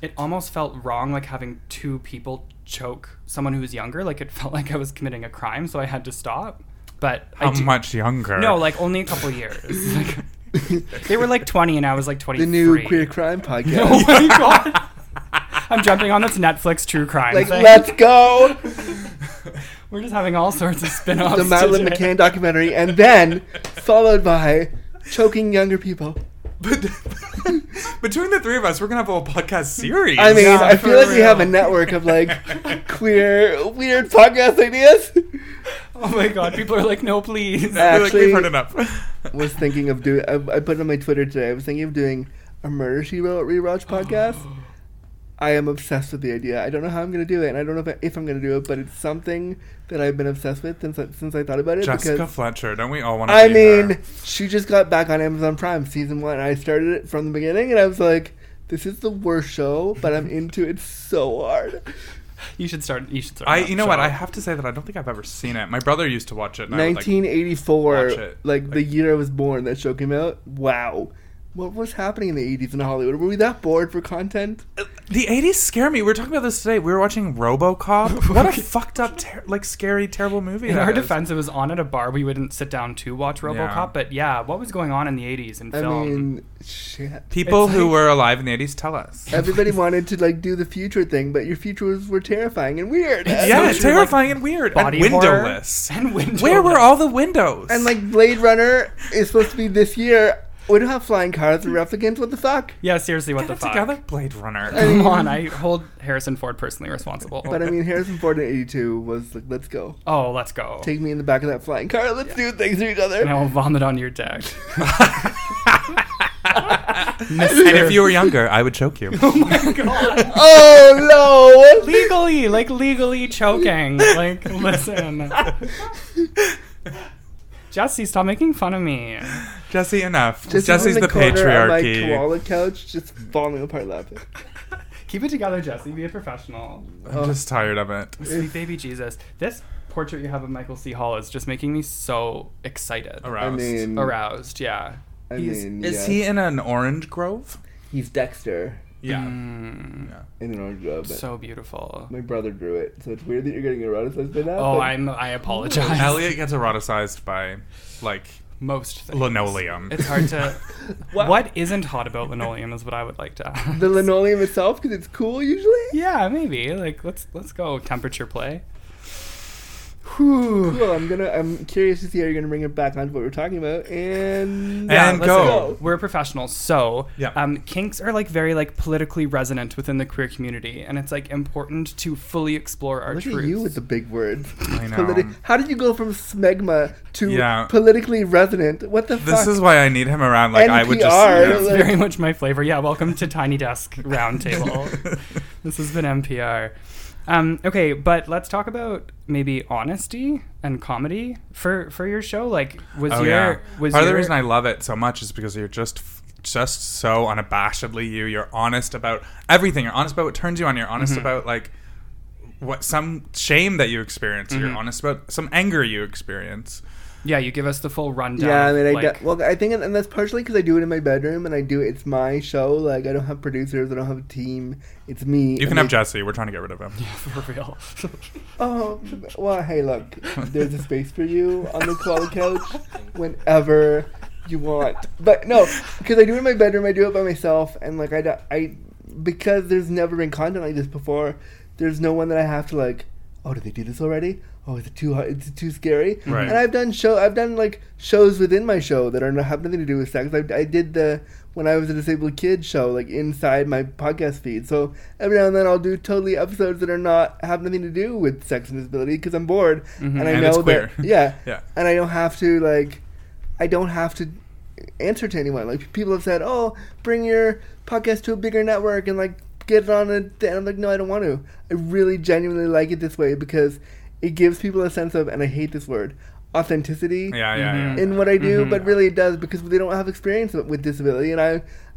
[SPEAKER 1] it almost felt wrong like having two people choke someone who was younger. Like it felt like I was committing a crime, so I had to stop. But
[SPEAKER 2] How
[SPEAKER 1] I do-
[SPEAKER 2] much younger?
[SPEAKER 1] No, like only a couple years. Like, they were like 20 and I was like 23.
[SPEAKER 4] The new queer crime podcast.
[SPEAKER 1] Oh my god. I'm jumping on this Netflix true crime
[SPEAKER 4] Like,
[SPEAKER 1] thing.
[SPEAKER 4] let's go.
[SPEAKER 1] We're just having all sorts of spin-offs.
[SPEAKER 4] the Madeline
[SPEAKER 1] today.
[SPEAKER 4] McCann documentary, and then followed by choking younger people.
[SPEAKER 2] But between the three of us, we're gonna have a whole podcast series.
[SPEAKER 4] I mean,
[SPEAKER 1] Yeah,
[SPEAKER 4] I
[SPEAKER 1] for
[SPEAKER 4] feel like we
[SPEAKER 1] real.
[SPEAKER 4] have a network of like queer, weird podcast ideas.
[SPEAKER 1] Oh my god, people are like, no, please.
[SPEAKER 2] I feel like
[SPEAKER 4] actually-
[SPEAKER 2] we've heard enough.
[SPEAKER 4] was thinking of doing. I, I put it on my Twitter today. I was thinking of doing a Murder She Wrote rewatch podcast. I am obsessed with the idea. I don't know how I'm going to do it, and I don't know if, I, if I'm going to do it, but it's something that I've been obsessed with since I- since I thought about it.
[SPEAKER 2] Jessica
[SPEAKER 4] because
[SPEAKER 2] Fletcher. Don't we all want to?
[SPEAKER 4] I mean, she just got back on Amazon Prime season one, and I started it from the beginning, and I was like, "This is the worst show," but I'm into it so hard.
[SPEAKER 1] You should start. You should start.
[SPEAKER 2] I
[SPEAKER 1] that
[SPEAKER 2] you know what?
[SPEAKER 1] show.
[SPEAKER 2] I have to say that I don't think I've ever seen it. My brother used to watch it. And I would, like,
[SPEAKER 4] 1984,
[SPEAKER 2] watch it.
[SPEAKER 4] like, the year I was born, that show came out. Wow. What was happening in the 80s in Hollywood? Were we that bored for content?
[SPEAKER 2] The eighties scare me. We were talking about this today. We were watching RoboCop. what a fucked up, ter- like scary, terrible movie.
[SPEAKER 1] In
[SPEAKER 2] that
[SPEAKER 1] our
[SPEAKER 2] is.
[SPEAKER 1] defense, it was on at a bar. We wouldn't sit down to watch RoboCop,
[SPEAKER 2] Yeah.
[SPEAKER 1] but yeah, what was going on in the '80s in
[SPEAKER 4] I
[SPEAKER 1] film?
[SPEAKER 4] mean, shit.
[SPEAKER 2] people
[SPEAKER 1] It's
[SPEAKER 2] who
[SPEAKER 1] like-
[SPEAKER 2] were alive in the eighties tell us.
[SPEAKER 4] Everybody wanted to like do the future thing, but your futures were terrifying and weird. And,
[SPEAKER 2] yeah,
[SPEAKER 1] so true,
[SPEAKER 2] terrifying and weird and
[SPEAKER 1] Body horror
[SPEAKER 2] windowless.
[SPEAKER 1] and windowless.
[SPEAKER 2] Where were all the windows?
[SPEAKER 4] and, like Blade Runner is supposed to be this year. We don't have flying cars and replicants. What the fuck?
[SPEAKER 1] Yeah, seriously, what
[SPEAKER 2] Get
[SPEAKER 1] the
[SPEAKER 2] it
[SPEAKER 1] fuck?
[SPEAKER 2] together, Blade Runner.
[SPEAKER 1] Come on, I hold Harrison Ford personally responsible.
[SPEAKER 4] But I mean, Harrison Ford in '82 was like, "Let's go,
[SPEAKER 1] oh, let's go.
[SPEAKER 4] take me in the back of that flying car. Let's do things to each
[SPEAKER 1] and I
[SPEAKER 4] other."
[SPEAKER 1] will vomit on your deck.
[SPEAKER 2] and if you were younger, I would choke you.
[SPEAKER 1] oh my god!
[SPEAKER 4] Oh no!
[SPEAKER 1] legally, like legally choking. Like, listen. Jesse, stop making fun of me.
[SPEAKER 2] Jesse, enough.
[SPEAKER 4] Just
[SPEAKER 2] Jesse's
[SPEAKER 4] in
[SPEAKER 2] the,
[SPEAKER 4] corner on my
[SPEAKER 2] patriarchy.
[SPEAKER 4] koala couch, just falling apart laughing.
[SPEAKER 1] Keep it together, Jesse. Be a professional.
[SPEAKER 2] I'm just tired of it.
[SPEAKER 1] Sweet baby Jesus. This portrait you have of Michael C. Hall is just making me so excited.
[SPEAKER 4] I
[SPEAKER 2] Aroused.
[SPEAKER 4] mean,
[SPEAKER 1] Aroused, yeah.
[SPEAKER 4] I
[SPEAKER 2] He's-
[SPEAKER 4] mean,
[SPEAKER 2] is
[SPEAKER 4] yes.
[SPEAKER 2] he in an orange grove?
[SPEAKER 4] He's Dexter
[SPEAKER 2] Yeah.
[SPEAKER 1] Mm,
[SPEAKER 2] yeah.
[SPEAKER 4] in an orange grove. But
[SPEAKER 1] so beautiful.
[SPEAKER 4] my brother drew it, so it's weird that you're getting eroticized by that.
[SPEAKER 1] Oh,
[SPEAKER 4] but-
[SPEAKER 1] I'm I apologize.
[SPEAKER 2] Elliot gets eroticized by like
[SPEAKER 1] Most things.
[SPEAKER 2] linoleum.
[SPEAKER 1] It's hard to. what isn't hot about linoleum is what I would like to ask.
[SPEAKER 4] the linoleum itself because it's cool usually.
[SPEAKER 1] yeah, maybe. Like let's let's go temperature play.
[SPEAKER 4] Cool. I'm gonna. I'm curious to see how you're gonna bring it back onto what we we're talking about. And
[SPEAKER 2] Yeah. And
[SPEAKER 1] listen,
[SPEAKER 2] go.
[SPEAKER 1] We're professionals, so
[SPEAKER 2] Yeah.
[SPEAKER 1] um, kinks are like very like politically resonant within the queer community, and it's like important to fully explore our
[SPEAKER 4] look
[SPEAKER 1] truths.
[SPEAKER 4] at you with the big words.
[SPEAKER 2] I know.
[SPEAKER 4] Politi- how did you go from smegma to
[SPEAKER 2] Yeah.
[SPEAKER 4] politically resonant? What the
[SPEAKER 2] This
[SPEAKER 4] fuck?
[SPEAKER 2] is why I need him around. Like I would just.
[SPEAKER 4] NPR,
[SPEAKER 2] yeah.
[SPEAKER 4] like-
[SPEAKER 1] very much my flavor. Yeah, welcome to Tiny Desk Roundtable. this has been NPR. Um, okay, but let's talk about maybe honesty and comedy for for your show. Like, was
[SPEAKER 2] Oh
[SPEAKER 1] your
[SPEAKER 2] yeah.
[SPEAKER 1] was
[SPEAKER 2] Part of
[SPEAKER 1] your,
[SPEAKER 2] the reason I love it so much is because you're just f- just so unabashedly you. You're honest about everything. You're honest about what turns you on. You're honest about like what some shame that you experience. You're honest about some anger you experience.
[SPEAKER 1] yeah, you give us the full rundown.
[SPEAKER 4] yeah, I
[SPEAKER 1] of,
[SPEAKER 4] mean, I
[SPEAKER 1] like,
[SPEAKER 4] de- well, I think, and that's partially because I do it in my bedroom, and I do it's my show. Like, I don't have producers, I don't have a team. It's me.
[SPEAKER 2] You can
[SPEAKER 4] and
[SPEAKER 2] have
[SPEAKER 4] they-
[SPEAKER 2] Jesse. We're trying to get rid of him.
[SPEAKER 1] for real.
[SPEAKER 4] Oh, well, hey, look, there's a space for you on the koala couch whenever you want. But no, because I do it in my bedroom, I do it by myself, and like I, do- I, because there's never been content like this before. There's no one that I have to like. oh, did they do this already? Oh, is it too hard? Is it too scary?
[SPEAKER 2] Right.
[SPEAKER 4] And I've done show, I've done like shows within my show that are not, have nothing to do with sex. I, I did the when I was a disabled kid show like inside my podcast feed. So every now and then I'll do totally episodes that are not have nothing to do with sex and disability because I'm bored and I
[SPEAKER 2] Mm-hmm. And
[SPEAKER 4] know
[SPEAKER 2] it's
[SPEAKER 4] that
[SPEAKER 2] queer.
[SPEAKER 4] yeah,
[SPEAKER 2] Yeah.
[SPEAKER 4] and I don't have to like, I don't have to answer to anyone. Like people have said, "Oh, bring your podcast to a bigger network and like get it on a." th-" And I'm like, no, I don't want to. I really genuinely like it this way because it gives people a sense of, and I hate this word, authenticity
[SPEAKER 2] Yeah, yeah, yeah.
[SPEAKER 4] in what I do, but really it does because they don't have experience with disability, and I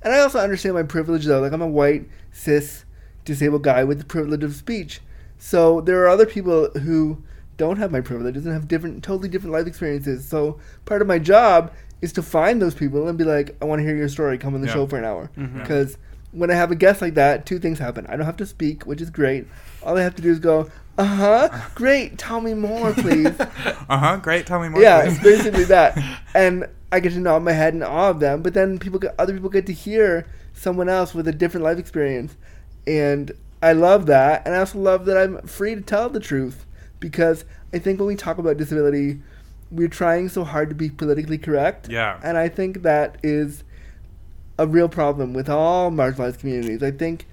[SPEAKER 4] and I also understand my privilege though. Like I'm a white cis disabled guy with the privilege of speech, so there are other people who don't have my privileges and have different, totally different life experiences. So part of my job is to find those people and be like, I want to hear your story. Come on the
[SPEAKER 2] Yeah.
[SPEAKER 4] show for an hour because. When I have a guest like that, two things happen. I don't have to speak, which is great. All I have to do is go, uh huh, great, tell me more, please.
[SPEAKER 2] Uh huh. Great. Tell me more.
[SPEAKER 4] Yeah,
[SPEAKER 2] please.
[SPEAKER 4] it's basically that. And I get to nod my head in awe of them, but then people get other people get to hear someone else with a different life experience, and I love that. And I also love that I'm free to tell the truth because I think when we talk about disability, we're trying so hard to be politically correct.
[SPEAKER 2] Yeah.
[SPEAKER 4] and I think that is a real problem with all marginalized communities. I think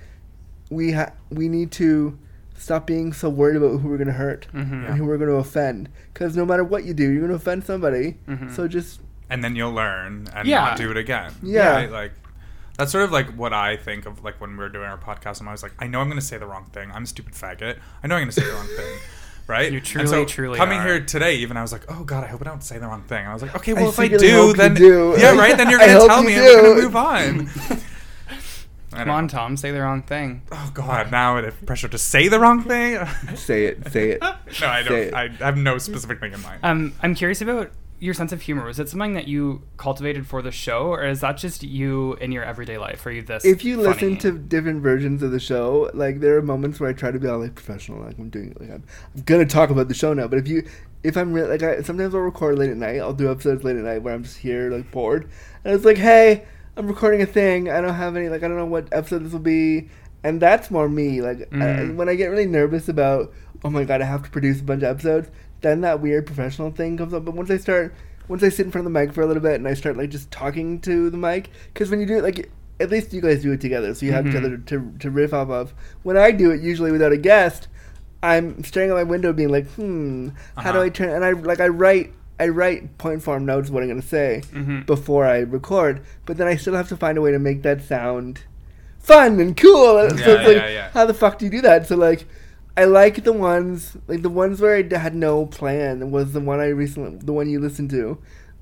[SPEAKER 4] we ha- we need to stop being so worried about who we're going to hurt and who we're going to offend because no matter what you do, you're going to offend somebody. So just
[SPEAKER 2] and then you'll learn and
[SPEAKER 1] Yeah.
[SPEAKER 2] not do it again.
[SPEAKER 4] Yeah.
[SPEAKER 2] Right? Like that's sort of like what I think of like when we were doing our podcast I'm always like, I know I'm gonna say the wrong thing. I'm a stupid faggot. I know I'm gonna say the wrong thing. Right?
[SPEAKER 1] You
[SPEAKER 2] And
[SPEAKER 1] truly,
[SPEAKER 2] so
[SPEAKER 1] truly
[SPEAKER 2] Coming
[SPEAKER 1] are.
[SPEAKER 2] here today even I was like, Oh god, I hope I don't say the wrong thing. And I was like, Okay, well if I
[SPEAKER 4] secretly hope
[SPEAKER 2] do
[SPEAKER 4] you
[SPEAKER 2] then
[SPEAKER 4] do.
[SPEAKER 2] Yeah, right, then you're
[SPEAKER 4] I
[SPEAKER 2] gonna
[SPEAKER 4] hope
[SPEAKER 2] tell
[SPEAKER 4] you
[SPEAKER 2] me and we're
[SPEAKER 4] do.
[SPEAKER 2] gonna move on. I don't
[SPEAKER 1] Come on, Tom, say the wrong thing.
[SPEAKER 2] know. Oh god, now I have pressure to say the wrong thing.
[SPEAKER 4] say it, say it.
[SPEAKER 2] no, I
[SPEAKER 4] Say it.
[SPEAKER 2] don't I have no specific thing in mind.
[SPEAKER 1] Um, I'm curious about your sense of humor. Was it something that you cultivated for the show, or is that just you in your everyday life? Are you this?
[SPEAKER 4] If you listen
[SPEAKER 1] funny?
[SPEAKER 4] to different versions of the show, like there are moments where I try to be all like professional, like I'm doing, like I'm, I'm gonna talk about the show now. But if you, if I'm re- like, I sometimes I'll record late at night. I'll do episodes late at night where I'm just here like bored, and it's like, hey, I'm recording a thing. I don't have any, like I don't know what episode this will be, and that's more me. Like I, when I get really nervous about, oh my god, I have to produce a bunch of episodes, then that weird professional thing comes up. But once I start. Once I sit in front of the mic for a little bit and I start like just talking to the mic, because when you do it, like at least you guys do it together, so you have each other to, to riff off of. When I do it, usually without a guest, I'm staring at my window, being like, "Hmm, how do
[SPEAKER 2] Uh-huh.
[SPEAKER 4] I turn?" And I like I write I write point form notes what I'm gonna say
[SPEAKER 1] Mm-hmm.
[SPEAKER 2] Mm-hmm.
[SPEAKER 4] before I record, but then I still have to find a way to make that sound fun and cool. And so
[SPEAKER 2] Yeah,
[SPEAKER 4] it's like,
[SPEAKER 2] yeah, yeah.
[SPEAKER 4] how the fuck do you do that? So like, I like the ones like the ones where I d- had no plan was the one I recently the one you listened to,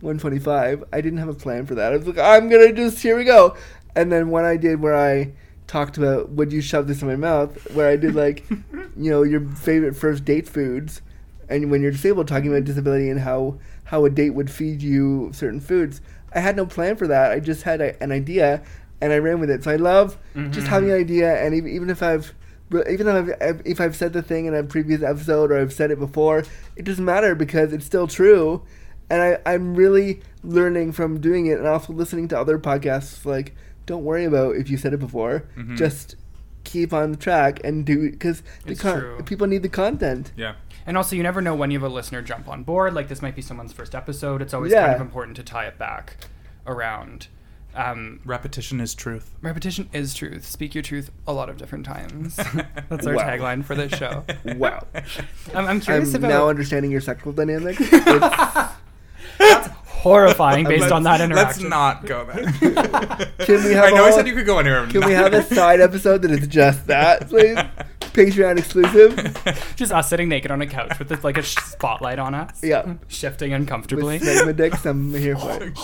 [SPEAKER 4] 125. I didn't have a plan for that. I was like, I'm gonna just here we go, and then one I did where I talked about would you shove this in my mouth where I did like, you know, your favorite first date foods, and when you're disabled talking about disability and how how a date would feed you certain foods. I had no plan for that. I just had a, an idea and I ran with it. So I love just having an idea, and even, even if I've re- even if I've- I've, if I've said the thing in a previous episode or I've said it before, it doesn't matter because it's still true. And I, I'm really learning from doing it and also listening to other podcasts. Like, don't worry about if you said it before.
[SPEAKER 1] Mm-hmm.
[SPEAKER 4] Just keep on the track and do because the
[SPEAKER 1] It's
[SPEAKER 4] con-
[SPEAKER 1] true.
[SPEAKER 4] people need the content.
[SPEAKER 2] yeah.
[SPEAKER 1] And also, you never know when you have a listener jump on board. Like this might be someone's first episode. It's always kind
[SPEAKER 4] Yeah.
[SPEAKER 1] of important to tie it back around. Um,
[SPEAKER 2] Repetition is truth.
[SPEAKER 1] repetition is truth. Speak your truth a lot of different times. That's our
[SPEAKER 4] Wow.
[SPEAKER 1] tagline for this show.
[SPEAKER 4] Wow,
[SPEAKER 1] I'm, I'm
[SPEAKER 4] I'm
[SPEAKER 1] curious about
[SPEAKER 4] now understanding your sexual dynamic. It's-
[SPEAKER 1] horrifying based on that
[SPEAKER 2] Let's-
[SPEAKER 1] interaction.
[SPEAKER 2] Let's not go there.
[SPEAKER 4] can we have
[SPEAKER 2] I know I
[SPEAKER 4] all-
[SPEAKER 2] said you could go anywhere.
[SPEAKER 4] Can we have a side episode that is just that, please? Patreon exclusive.
[SPEAKER 1] Just us sitting naked on a couch with this, like a sh- spotlight on us.
[SPEAKER 4] Yeah.
[SPEAKER 1] Shifting uncomfortably.
[SPEAKER 4] With Sigma dicks, I'm here for it.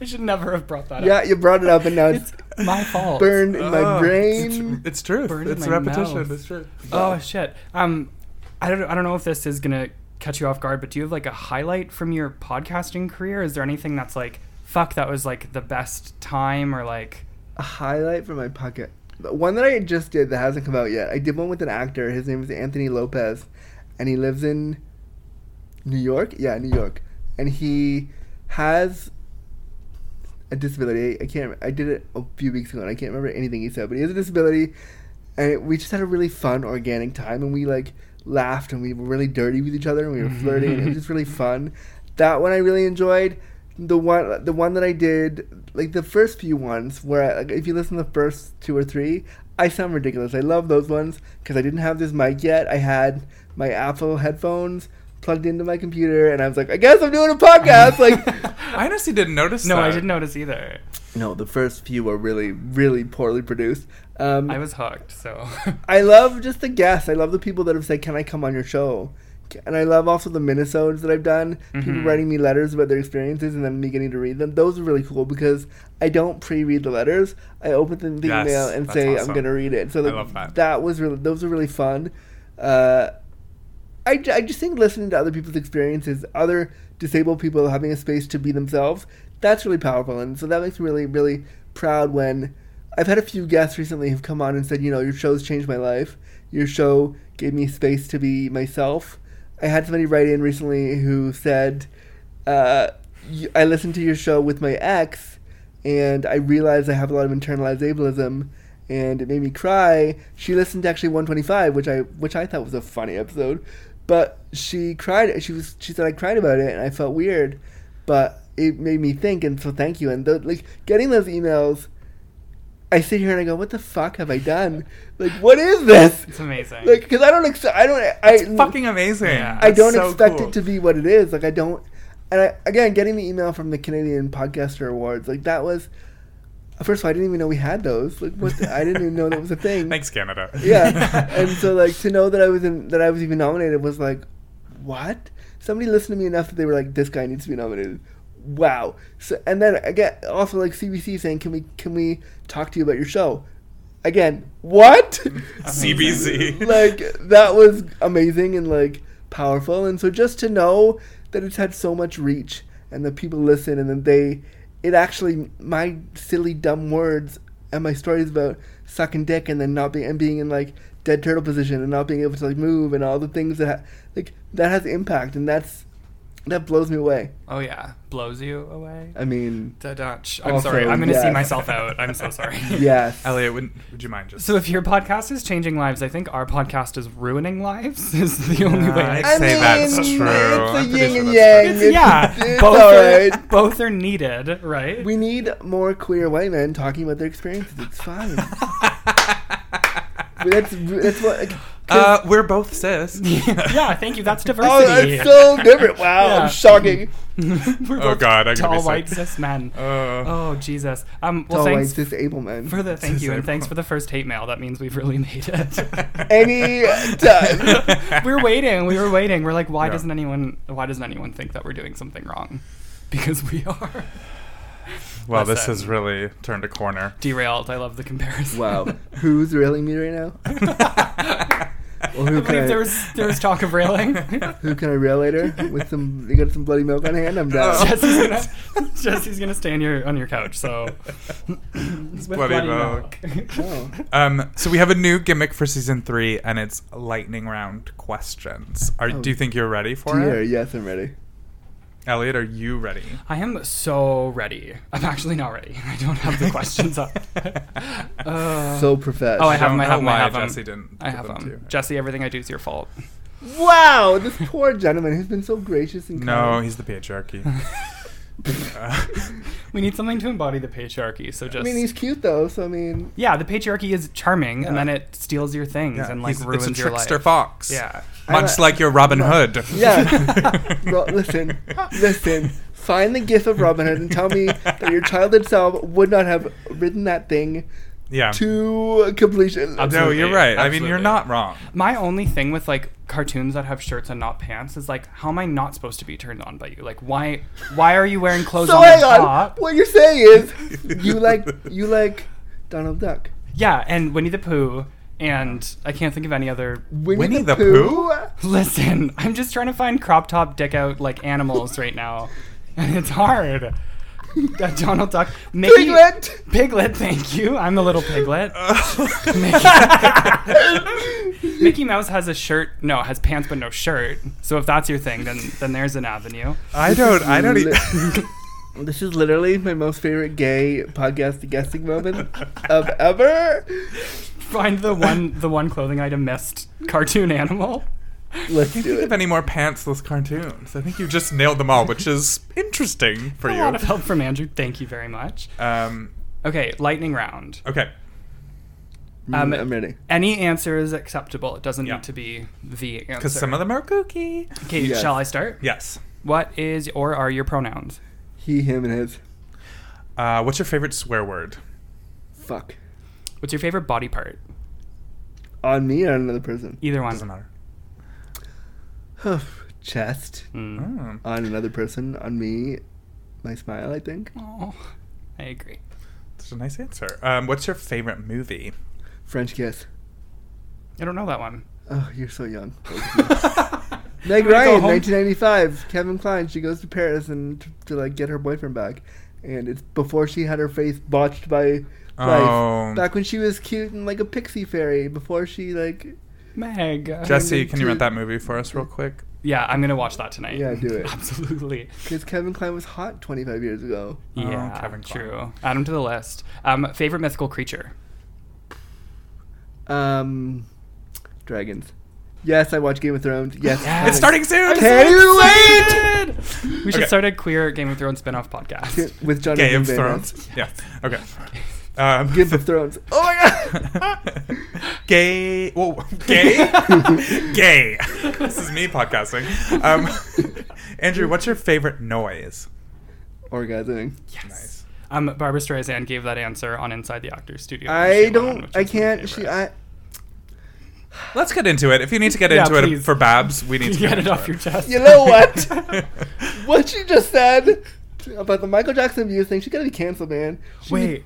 [SPEAKER 1] I should never have brought that
[SPEAKER 4] Yeah,
[SPEAKER 1] up.
[SPEAKER 4] you brought it up and now it's
[SPEAKER 1] My fault.
[SPEAKER 4] burned in my
[SPEAKER 2] Oh,
[SPEAKER 4] brain.
[SPEAKER 2] It's, truth.
[SPEAKER 1] Burned in
[SPEAKER 2] it's
[SPEAKER 1] my
[SPEAKER 2] repetition.
[SPEAKER 1] mouth.
[SPEAKER 2] It's true.
[SPEAKER 1] Oh shit. Um, I don't. I don't know if this is gonna catch you off guard, but do you have like a highlight from your podcasting career? Is there anything that's like, fuck, that was like the best time, or like,
[SPEAKER 4] A highlight from my pocket. The one that I just did that hasn't come out yet. I did one with an actor. His name is Anthony Lopez, and he lives in New York. Yeah, New York, and he has a disability. I can't. I did it a few weeks ago, and I can't remember anything he said. But he has a disability, and we just had a really fun, organic time, and we like laughed and we were really dirty with each other and we were flirting. and it was just really fun. That one I really enjoyed. The one, the one that I did, like the first few ones, where I, like, if you listen to the first two or three, I sound ridiculous. I love those ones because I didn't have this mic yet. I had my Apple headphones plugged into my computer, and I was like, I guess I'm doing a podcast. like,
[SPEAKER 2] I honestly didn't notice.
[SPEAKER 1] No,
[SPEAKER 2] that.
[SPEAKER 1] I didn't notice either.
[SPEAKER 4] no, the first few were really, really poorly produced. Um,
[SPEAKER 1] I was hooked. So
[SPEAKER 4] I love just the guests. I love the people that have said, "Can I come on your show?" And I love also the minisodes that I've done. People
[SPEAKER 2] Mm-hmm.
[SPEAKER 4] writing me letters about their experiences and then me getting to read them. Those are really cool because I don't pre-read the letters. I open the the
[SPEAKER 2] Yes,
[SPEAKER 4] email and
[SPEAKER 2] that's
[SPEAKER 4] say
[SPEAKER 2] awesome.
[SPEAKER 4] I'm going to read it. So like,
[SPEAKER 2] love that.
[SPEAKER 4] was really those were really fun. Uh, I, ju- I just think listening to other people's experiences, other disabled people having a space to be themselves, that's really powerful. And so that makes me really, really proud when I've had a few guests recently who've come on and said, you know, your show's changed my life. Your show gave me space to be myself. I had somebody write in recently who said, uh, y- I listened to your show with my ex, and I realized I have a lot of internalized ableism, and it made me cry. She listened to actually 125, which I which I thought was a funny episode, but she cried. She was she said I cried about it, and I felt weird, but it made me think, and so thank you. And tho- like getting those emails, I sit here and I go, what the fuck have I done? Like what is this?
[SPEAKER 1] it's amazing.
[SPEAKER 4] Like because I don't ex- I don't I
[SPEAKER 2] It's fucking amazing.
[SPEAKER 1] Yeah.
[SPEAKER 4] I
[SPEAKER 2] That's
[SPEAKER 4] don't
[SPEAKER 2] so
[SPEAKER 4] expect
[SPEAKER 2] cool.
[SPEAKER 4] it to be what it is. Like I don't. And I, again, getting the email from the Canadian Podcaster Awards, like that was. First of all, I didn't even know we had those. Like what? the- I didn't even know that was a thing.
[SPEAKER 2] Thanks, Canada.
[SPEAKER 4] Yeah, and so like to know that I was in that I was even nominated was like, what? Somebody listened to me enough that they were like, this guy needs to be nominated. Wow. So and then again, also like CBC saying, can we can we talk to you about your show? Again, what?
[SPEAKER 2] Mm-hmm. CBC.
[SPEAKER 4] like that was amazing and like powerful and so just to know that it's had so much reach and that people listen and that they it actually my silly dumb words and my stories about sucking dick and then not being and being in like dead turtle position and not being able to like move and all the things that ha- like that has impact and that's that blows me away
[SPEAKER 1] oh yeah, blows you away.
[SPEAKER 4] i mean
[SPEAKER 1] Da-dutch. I'm
[SPEAKER 4] Also,
[SPEAKER 1] sorry. I'm gonna see
[SPEAKER 4] yes.
[SPEAKER 1] myself out. I'm so sorry.
[SPEAKER 4] yes
[SPEAKER 2] Elliot, would, would you mind just?
[SPEAKER 1] So if your podcast is changing lives, I think our podcast is ruining lives. Is the only way. I
[SPEAKER 2] I'd
[SPEAKER 1] can
[SPEAKER 4] I
[SPEAKER 2] say
[SPEAKER 4] mean,
[SPEAKER 2] that's
[SPEAKER 4] it's
[SPEAKER 2] true.
[SPEAKER 4] a
[SPEAKER 2] I'm pretty
[SPEAKER 4] yin
[SPEAKER 2] sure
[SPEAKER 4] and
[SPEAKER 2] that's
[SPEAKER 4] yang.
[SPEAKER 2] true.
[SPEAKER 4] It's-
[SPEAKER 1] yeah,
[SPEAKER 4] it's
[SPEAKER 1] both
[SPEAKER 4] all
[SPEAKER 1] are,
[SPEAKER 4] right.
[SPEAKER 1] both are needed, right?
[SPEAKER 4] we need more queer white men talking about their experiences it's fine that's that's what like, 'cause-
[SPEAKER 2] Uh, we're both cis.
[SPEAKER 1] yeah, thank you. That's
[SPEAKER 4] Oh,
[SPEAKER 1] diversity.
[SPEAKER 4] that's so different. Wow,
[SPEAKER 1] Yeah.
[SPEAKER 4] shocking.
[SPEAKER 1] We're
[SPEAKER 2] Oh,
[SPEAKER 1] both
[SPEAKER 2] God, I gotta be
[SPEAKER 1] tall
[SPEAKER 2] sick.
[SPEAKER 1] white cis men.
[SPEAKER 2] Uh,
[SPEAKER 1] Oh Jesus. Um. Well,
[SPEAKER 4] Well,
[SPEAKER 1] thanks
[SPEAKER 4] this able man.
[SPEAKER 1] for the thank you, and
[SPEAKER 2] Cis
[SPEAKER 1] thanks
[SPEAKER 2] April.
[SPEAKER 1] for the first hate mail. That means we've really made it.
[SPEAKER 4] Any time.
[SPEAKER 1] we're waiting. We were waiting. We're like, why
[SPEAKER 2] Yeah.
[SPEAKER 1] doesn't anyone? Why doesn't anyone think that we're doing something wrong? Because we are
[SPEAKER 2] well, this
[SPEAKER 1] Listen.
[SPEAKER 2] has really turned a corner.
[SPEAKER 1] derailed. I love the comparison.
[SPEAKER 4] wow, who's railing me right now? Well,
[SPEAKER 1] I
[SPEAKER 4] who can
[SPEAKER 1] believe
[SPEAKER 4] I,
[SPEAKER 1] there was there was talk of railing.
[SPEAKER 4] who can I rail later? With some, you got some bloody milk on hand. I'm down.
[SPEAKER 1] Jesse's gonna Jesse's gonna stay on your on your couch. So With
[SPEAKER 2] bloody
[SPEAKER 1] milk.
[SPEAKER 4] Oh.
[SPEAKER 2] Um, so we have a new gimmick for season three, and it's lightning round questions. Are,
[SPEAKER 4] Oh.
[SPEAKER 2] Do you think you're ready for
[SPEAKER 4] Dear,
[SPEAKER 2] it,
[SPEAKER 4] yes, I'm ready.
[SPEAKER 2] Elliot? Are you ready?
[SPEAKER 1] I am so ready. I'm actually not ready. I don't have the questions up. Uh,
[SPEAKER 4] So professed.
[SPEAKER 1] oh, I have
[SPEAKER 2] Don't
[SPEAKER 1] them. I
[SPEAKER 2] know
[SPEAKER 1] have them. I
[SPEAKER 2] why
[SPEAKER 1] have them.
[SPEAKER 2] Jesse didn't.
[SPEAKER 1] I
[SPEAKER 2] give
[SPEAKER 1] have
[SPEAKER 2] them to
[SPEAKER 1] them.
[SPEAKER 2] you.
[SPEAKER 1] Jesse, everything I do is your fault.
[SPEAKER 4] wow, this poor gentleman who's been so gracious and
[SPEAKER 2] No,
[SPEAKER 4] kind.
[SPEAKER 2] he's the patriarchy.
[SPEAKER 1] We need something to embody the patriarchy. So
[SPEAKER 4] I
[SPEAKER 1] just
[SPEAKER 4] mean, he's cute though. So I mean,
[SPEAKER 1] yeah, the patriarchy is charming, and
[SPEAKER 2] Yeah.
[SPEAKER 1] then it steals your things
[SPEAKER 2] Yeah,
[SPEAKER 1] and like
[SPEAKER 2] he's-
[SPEAKER 1] ruins
[SPEAKER 2] it's a
[SPEAKER 1] your
[SPEAKER 2] trickster
[SPEAKER 1] life.
[SPEAKER 2] fox.
[SPEAKER 1] Yeah.
[SPEAKER 2] Much
[SPEAKER 4] I-
[SPEAKER 2] like your Robin Hood.
[SPEAKER 4] Yeah. Ro- listen, listen. Find the gif of Robin Hood and tell me that your childhood self would not have written that thing
[SPEAKER 2] Yeah.
[SPEAKER 4] to completion.
[SPEAKER 2] No,
[SPEAKER 1] Absolutely.
[SPEAKER 2] you're right. I mean, you're
[SPEAKER 1] Absolutely.
[SPEAKER 2] not wrong.
[SPEAKER 1] My only thing with like cartoons that have shirts and not pants is like, how am I not supposed to be turned on by you? Like, why? Why are you wearing clothes
[SPEAKER 4] So
[SPEAKER 1] on your
[SPEAKER 4] hang on.
[SPEAKER 1] top?
[SPEAKER 4] What you're saying is you like you like Donald Duck.
[SPEAKER 1] Yeah, and Winnie the Pooh, and I can't think of any other.
[SPEAKER 4] Winnie,
[SPEAKER 2] Winnie the
[SPEAKER 4] the, Pooh.
[SPEAKER 1] Listen, I'm just trying to find crop top dick out like animals right now, and it's hard. That Donald Duck, Mickey,
[SPEAKER 4] Piglet.
[SPEAKER 1] Piglet, thank you. I'm the little piglet. Mickey Mouse has a shirt, no, has pants but no shirt. So if that's your thing, then then there's an avenue.
[SPEAKER 2] I don't. I don't. e-
[SPEAKER 4] This is literally my most favorite gay podcast guessing moment of ever.
[SPEAKER 1] Find the one the one clothing item missed cartoon animal.
[SPEAKER 4] Let's
[SPEAKER 2] Can't
[SPEAKER 4] do
[SPEAKER 2] think
[SPEAKER 4] it.
[SPEAKER 2] of
[SPEAKER 1] Um,
[SPEAKER 2] any more pantsless cartoons. I think you just nailed them all, which is interesting for
[SPEAKER 1] a lot
[SPEAKER 2] you.
[SPEAKER 1] of help from Andrew. Thank you very much.
[SPEAKER 2] Um,
[SPEAKER 1] Okay, lightning round.
[SPEAKER 2] okay.
[SPEAKER 1] Um,
[SPEAKER 4] Mm, I'm ready.
[SPEAKER 1] Any answer is acceptable. It doesn't
[SPEAKER 2] Yeah.
[SPEAKER 1] need to be the answer.
[SPEAKER 2] Because some of them are kooky.
[SPEAKER 1] Okay,
[SPEAKER 4] Yes.
[SPEAKER 1] shall I start?
[SPEAKER 2] Yes.
[SPEAKER 1] What is or are your pronouns?
[SPEAKER 4] He, him, and his.
[SPEAKER 2] Uh, what's your favorite swear word?
[SPEAKER 4] Fuck.
[SPEAKER 1] What's your favorite body part?
[SPEAKER 4] On me or on another person?
[SPEAKER 1] Either one.
[SPEAKER 2] Doesn't matter.
[SPEAKER 4] Chest.
[SPEAKER 1] Mm.
[SPEAKER 2] Mm.
[SPEAKER 4] On another person. On me. My smile, I think.
[SPEAKER 1] Oh, I agree.
[SPEAKER 2] That's a nice answer. Um, what's your favorite movie?
[SPEAKER 4] French kiss.
[SPEAKER 1] I don't know that one.
[SPEAKER 4] Oh, you're so young.
[SPEAKER 1] I'm
[SPEAKER 4] Meg
[SPEAKER 1] gonna go
[SPEAKER 4] Ryan,
[SPEAKER 1] home.
[SPEAKER 4] 1995. Kevin Klein. She goes to Paris and t- to like get her boyfriend back, and it's before she had her face botched by life.
[SPEAKER 2] Oh.
[SPEAKER 4] Back when she was cute and like a pixie fairy. Before she like
[SPEAKER 1] Meg. uh,
[SPEAKER 2] Jesse,
[SPEAKER 4] Maybe
[SPEAKER 2] can you
[SPEAKER 4] two.
[SPEAKER 2] rent that movie for us real quick?
[SPEAKER 1] Yeah, I'm gonna watch that tonight.
[SPEAKER 4] yeah, do it.
[SPEAKER 1] Absolutely.
[SPEAKER 4] Because Kevin Klein was hot 25 years ago.
[SPEAKER 2] Oh,
[SPEAKER 1] Yeah,
[SPEAKER 2] Kevin Klein.
[SPEAKER 1] true. Add him to the list. Um, favorite mythical creature.
[SPEAKER 4] Um, dragons. Yes, I watch Game of Thrones. Yes,
[SPEAKER 1] Yes.
[SPEAKER 2] It's starting soon.
[SPEAKER 4] Can you wait?
[SPEAKER 1] Good. We should
[SPEAKER 2] Okay.
[SPEAKER 1] start a queer Game of Thrones spin-off podcast.
[SPEAKER 4] With Johnny
[SPEAKER 2] Game of
[SPEAKER 4] Depp.
[SPEAKER 2] Thrones. Yeah. Okay. Um,
[SPEAKER 4] Game of Thrones. Oh my god.
[SPEAKER 2] gay. Whoa, gay. gay. This is me podcasting. Um, Andrew, what's your favorite noise?
[SPEAKER 4] Orgasming.
[SPEAKER 2] Nice.
[SPEAKER 1] Um, Barbara Streisand gave that answer on Inside the Actors Studio. when she
[SPEAKER 4] I
[SPEAKER 1] went on,
[SPEAKER 4] don't.
[SPEAKER 1] which
[SPEAKER 4] I
[SPEAKER 1] is my
[SPEAKER 4] can't. She.
[SPEAKER 1] favorite.
[SPEAKER 4] I.
[SPEAKER 2] Let's get into it. If you need to get
[SPEAKER 1] Yeah,
[SPEAKER 2] into it
[SPEAKER 1] please.
[SPEAKER 2] for Babs, we need to
[SPEAKER 1] get it
[SPEAKER 2] into
[SPEAKER 1] off your chest.
[SPEAKER 4] You know what? what she just said about the Michael Jackson view thing. She gotta be canceled, man. She-
[SPEAKER 1] Wait,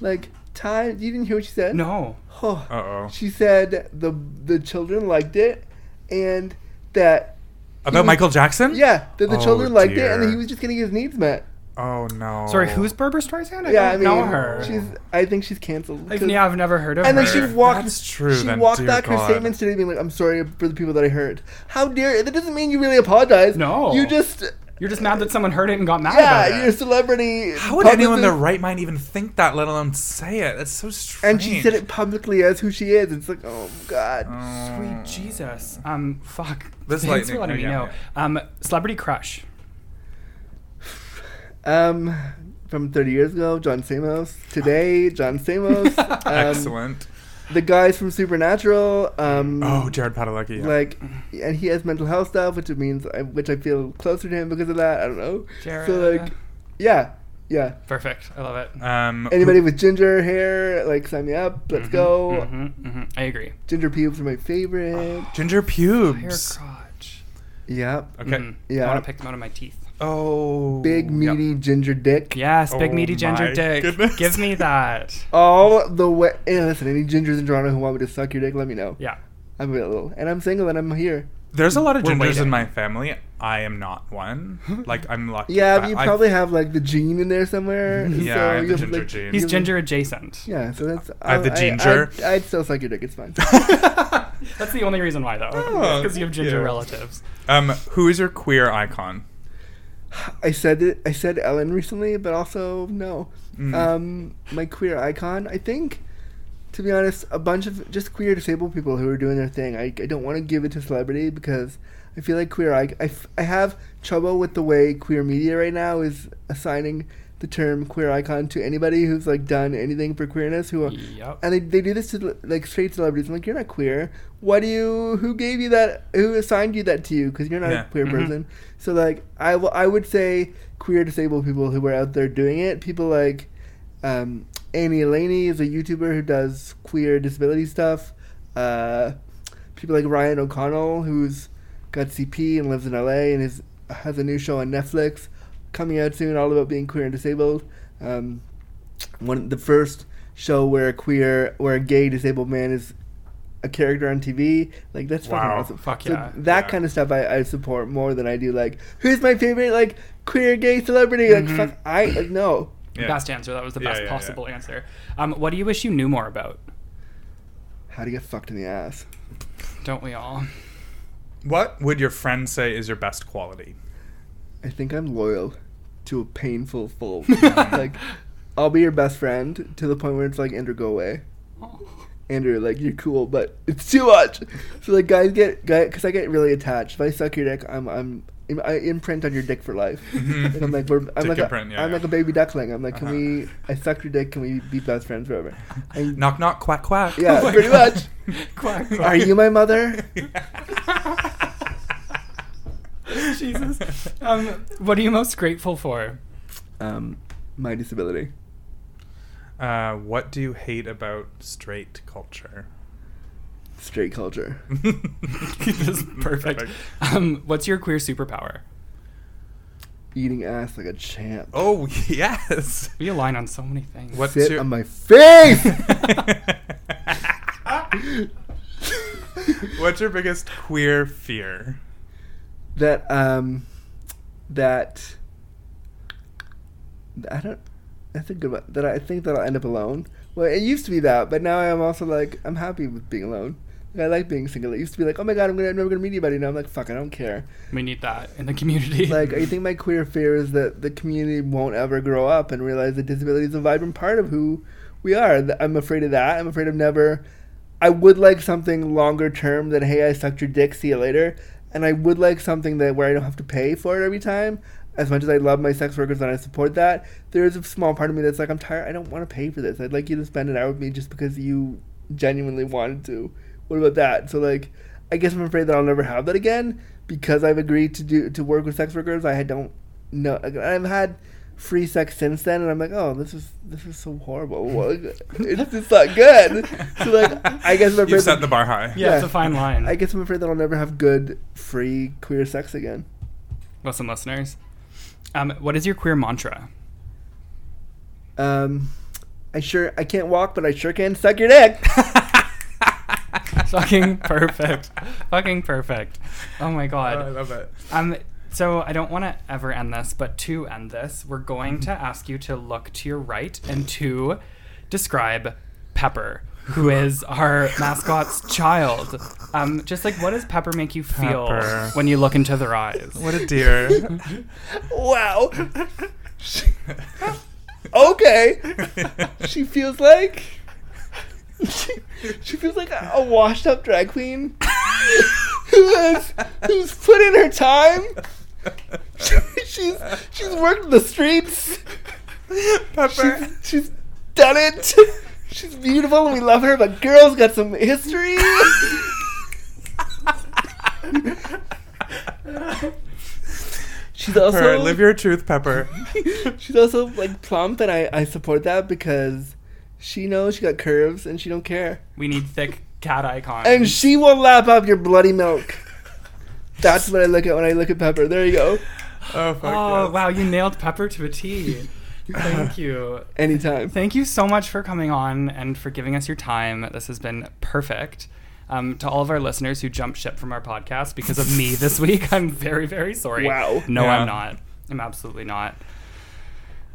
[SPEAKER 4] Like time. You didn't hear what she said?
[SPEAKER 1] no.
[SPEAKER 4] Oh.
[SPEAKER 2] Uh oh.
[SPEAKER 4] She said the the children liked it, and that
[SPEAKER 2] About Michael Jackson?
[SPEAKER 4] yeah, that the
[SPEAKER 2] Oh,
[SPEAKER 4] children liked it, and that
[SPEAKER 2] dear.
[SPEAKER 4] he was just getting his needs met.
[SPEAKER 2] Oh no.
[SPEAKER 1] Sorry, who's Barbara Streisand? I
[SPEAKER 4] yeah, I
[SPEAKER 1] don't
[SPEAKER 4] mean,
[SPEAKER 1] know her.
[SPEAKER 4] she's. I think she's canceled.
[SPEAKER 1] Like,
[SPEAKER 4] 'cause-
[SPEAKER 1] yeah, I've never heard of
[SPEAKER 4] And
[SPEAKER 1] her.
[SPEAKER 4] then she walked.
[SPEAKER 2] That's true,
[SPEAKER 4] She
[SPEAKER 2] then,
[SPEAKER 4] walked
[SPEAKER 2] dear
[SPEAKER 4] back her
[SPEAKER 2] God.
[SPEAKER 4] statements today, being like, "I'm sorry for the people that I hurt." How dare? That doesn't mean you really apologize.
[SPEAKER 1] No.
[SPEAKER 4] you just.
[SPEAKER 1] You're just mad that someone heard it and got mad about
[SPEAKER 4] Yeah,
[SPEAKER 1] it.
[SPEAKER 4] you're a celebrity.
[SPEAKER 2] How would anyone in their
[SPEAKER 4] publicist.
[SPEAKER 2] right mind even think that, let alone say it? That's so strange.
[SPEAKER 4] And she said it publicly as who she is. It's like, oh god.
[SPEAKER 2] Oh.
[SPEAKER 1] Sweet Jesus. Um, fuck.
[SPEAKER 2] This
[SPEAKER 1] Thanks for
[SPEAKER 2] lightning-
[SPEAKER 1] letting me
[SPEAKER 2] yeah,
[SPEAKER 1] know. Um, celebrity crush.
[SPEAKER 4] Um, from 30 years ago, John Samos. Today, John Samos. um,
[SPEAKER 2] Excellent.
[SPEAKER 4] The guys from Supernatural. Um,
[SPEAKER 2] Oh, Jared Padalecki. yeah.
[SPEAKER 4] like, and he has mental health stuff, which it means, I, which I feel closer to him because of that. I don't know. So
[SPEAKER 1] Jared.
[SPEAKER 4] like, yeah, yeah.
[SPEAKER 1] Perfect. I love it.
[SPEAKER 2] Um,
[SPEAKER 4] Anybody with ginger hair, like, sign me up. Let's
[SPEAKER 2] Mm-hmm,
[SPEAKER 4] go.
[SPEAKER 1] hmm hmm I agree.
[SPEAKER 4] Ginger pubes are my favorite.
[SPEAKER 2] Ginger
[SPEAKER 1] Hair
[SPEAKER 2] pubes.
[SPEAKER 1] crotch.
[SPEAKER 4] Yep.
[SPEAKER 2] Okay.
[SPEAKER 1] Mhm.
[SPEAKER 4] Yeah.
[SPEAKER 1] I want to pick them out of my teeth.
[SPEAKER 2] Oh.
[SPEAKER 4] Big meaty ginger dick.
[SPEAKER 1] Yes, big
[SPEAKER 2] Oh
[SPEAKER 1] meaty
[SPEAKER 2] my
[SPEAKER 1] ginger dick.
[SPEAKER 2] goodness.
[SPEAKER 1] Give me that.
[SPEAKER 4] All the way. Hey, listen, any gingers in Toronto who want me to suck your dick, let me know.
[SPEAKER 1] Yeah.
[SPEAKER 4] I'm available. And I'm single and I'm here.
[SPEAKER 2] There's a lot of
[SPEAKER 1] We're
[SPEAKER 2] gingers
[SPEAKER 1] waiting.
[SPEAKER 2] in my family. I am not one. Like I'm lucky.
[SPEAKER 4] Yeah,
[SPEAKER 2] but
[SPEAKER 4] you
[SPEAKER 2] I-
[SPEAKER 4] probably have like the gene in there somewhere.
[SPEAKER 2] Yeah, I have the ginger gene.
[SPEAKER 1] He's
[SPEAKER 4] you'll-
[SPEAKER 1] ginger adjacent.
[SPEAKER 4] Yeah, so that's.
[SPEAKER 2] I have the
[SPEAKER 4] I'll-
[SPEAKER 2] ginger.
[SPEAKER 4] I, would still suck your dick. It's fine.
[SPEAKER 1] That's the only reason why, though.
[SPEAKER 2] Oh,
[SPEAKER 1] Because you have ginger
[SPEAKER 2] yeah.
[SPEAKER 1] relatives.
[SPEAKER 2] um, who is your queer icon?
[SPEAKER 4] I said it. I said Ellen recently, but also no. Um, my queer icon. I think, to be honest, a bunch of just queer disabled people who are doing their thing. I, I don't want to give it to celebrity because I feel like queer. I, I f- I have trouble with the way queer media right now is assigning the term queer icon to anybody who's like done anything for queerness who are
[SPEAKER 1] Yep.
[SPEAKER 4] and they, they do this to like straight celebrities. I'm like, you're not queer. Why do you? Who gave you that? Who assigned you that to you? Because you're not
[SPEAKER 2] Yeah.
[SPEAKER 4] a queer person. So like, I will- I would say queer disabled people who were out there doing it. People like um, Amy Elaney is a YouTuber who does queer disability stuff. Uh, people like Ryan O'Connell, who's got CP and lives in LA and is has a new show on Netflix coming out soon, all about being queer and disabled. Um, one the first show where a queer where a gay disabled man is a character on TV. Like that's fucking
[SPEAKER 2] Wow.
[SPEAKER 4] awesome.
[SPEAKER 1] Fuck
[SPEAKER 4] So
[SPEAKER 1] yeah.
[SPEAKER 4] that
[SPEAKER 2] Yeah.
[SPEAKER 4] kind of stuff I, I support more than I do like who's my favorite like queer gay celebrity? Like fuck I like no.
[SPEAKER 2] Yeah.
[SPEAKER 1] Best answer. That was the
[SPEAKER 2] Yeah,
[SPEAKER 1] best
[SPEAKER 2] yeah, yeah.
[SPEAKER 1] possible answer. Um, what do you wish you knew more about?
[SPEAKER 4] How to get fucked in the ass.
[SPEAKER 1] Don't we all?
[SPEAKER 2] What would your friend say is your best quality?
[SPEAKER 4] I think I'm loyal to a painful fault. like I'll be your best friend to the point where it's like Andrew go away. Andrew, like you're cool, but it's too much. So like guys get guy because I get really attached. If I suck your dick, I'm I'm I imprint on your dick for life. and I'm like we're, I'm
[SPEAKER 2] Dick
[SPEAKER 4] like a-
[SPEAKER 2] imprint, yeah,
[SPEAKER 4] I'm
[SPEAKER 2] yeah.
[SPEAKER 4] like a baby duckling. I'm like, can
[SPEAKER 2] Uh-huh.
[SPEAKER 4] we? I sucked your dick. Can we be best friends forever? And-
[SPEAKER 2] Knock knock quack quack.
[SPEAKER 4] yeah, pretty much.
[SPEAKER 1] Quack, quack.
[SPEAKER 4] Are you my mother?
[SPEAKER 1] Jesus. Um, what are you most grateful for?
[SPEAKER 4] Um, my disability.
[SPEAKER 2] Uh, what do you hate about straight culture?
[SPEAKER 4] Straight culture.
[SPEAKER 1] this is perfect. Um, what's your queer superpower?
[SPEAKER 4] Eating ass like a champ.
[SPEAKER 2] Oh yes.
[SPEAKER 1] We align on so many things.
[SPEAKER 2] What's
[SPEAKER 4] Sit
[SPEAKER 2] your-
[SPEAKER 4] on my face.
[SPEAKER 2] What's your biggest queer fear?
[SPEAKER 4] that um that I don't that's a good one that I think that I'll end up alone. Well, it used to be that, but now I'm also like I'm happy with being alone. Like, I like being single. It used to be like, oh my god, I'm gonna I'm never gonna meet anybody. Now I'm like, fuck, I don't care.
[SPEAKER 1] We need that in the community.
[SPEAKER 4] Like uh, I think my queer fear is that the community won't ever grow up and realize that disability is a vibrant part of who we are. Th- I'm afraid of that. I'm afraid of never. I would like something longer term than hey, I sucked your dick. See you later. And I would like something that where I don't have to pay for it every time. As much as I love my sex workers and I support that, there is a small part of me that's like, I'm tired. I don't want to pay for this. I'd like you to spend an hour with me just because you genuinely wanted to. What about that? So like, I guess I'm afraid that I'll never have that again because I've agreed to do to work with sex workers. I don't know. I've had free sex since then, and I'm like, oh, this is this is so horrible. Well, it's just not good. So like, I guess I'm
[SPEAKER 2] You've
[SPEAKER 4] afraid.
[SPEAKER 2] set
[SPEAKER 4] That,
[SPEAKER 2] the bar high.
[SPEAKER 1] yeah, it's
[SPEAKER 4] yeah.
[SPEAKER 1] a fine line.
[SPEAKER 4] I guess I'm afraid that I'll never have good free queer sex again.
[SPEAKER 1] Listen, listeners. Um, what is your queer mantra?
[SPEAKER 4] Um, I sure I can't walk, but I sure can suck your dick.
[SPEAKER 1] Fucking perfect. Fucking perfect. Oh my
[SPEAKER 2] Oh, I
[SPEAKER 1] god.
[SPEAKER 2] love it.
[SPEAKER 1] Um, so I don't want to ever end this, but to end this, we're going to ask you to look to your right and to describe Pepper, who is our mascot's child. Um, just like what does Pepper make you feel
[SPEAKER 2] Pepper.
[SPEAKER 1] when you look into their eyes?
[SPEAKER 2] What a dear.
[SPEAKER 4] wow. Okay. She feels like. She, she feels like a, a washed up drag queen who has who's put in her time. she's she's worked the streets.
[SPEAKER 2] Pepper.
[SPEAKER 4] She's, she's done it. She's beautiful and we love her, but girl's got some history. she's also
[SPEAKER 2] Pepper, live your truth, Pepper.
[SPEAKER 4] She's also like plump, and I, I support that because she knows she got curves and she don't care,
[SPEAKER 1] We need thick cat icons.
[SPEAKER 4] and she will lap up your bloody milk. That's what I look at when I look at Pepper. There you go.
[SPEAKER 2] Oh fuck.
[SPEAKER 1] oh
[SPEAKER 2] yes.
[SPEAKER 1] wow, you nailed Pepper to a T. Thank you.
[SPEAKER 4] Anytime.
[SPEAKER 1] Thank you so much for coming on and for giving us your time. This has been perfect. Um, to all of our listeners who jumped ship from our podcast because of me this week, I'm very, very sorry.
[SPEAKER 4] Wow.
[SPEAKER 1] No,
[SPEAKER 2] Yeah.
[SPEAKER 1] I'm not. I'm absolutely not.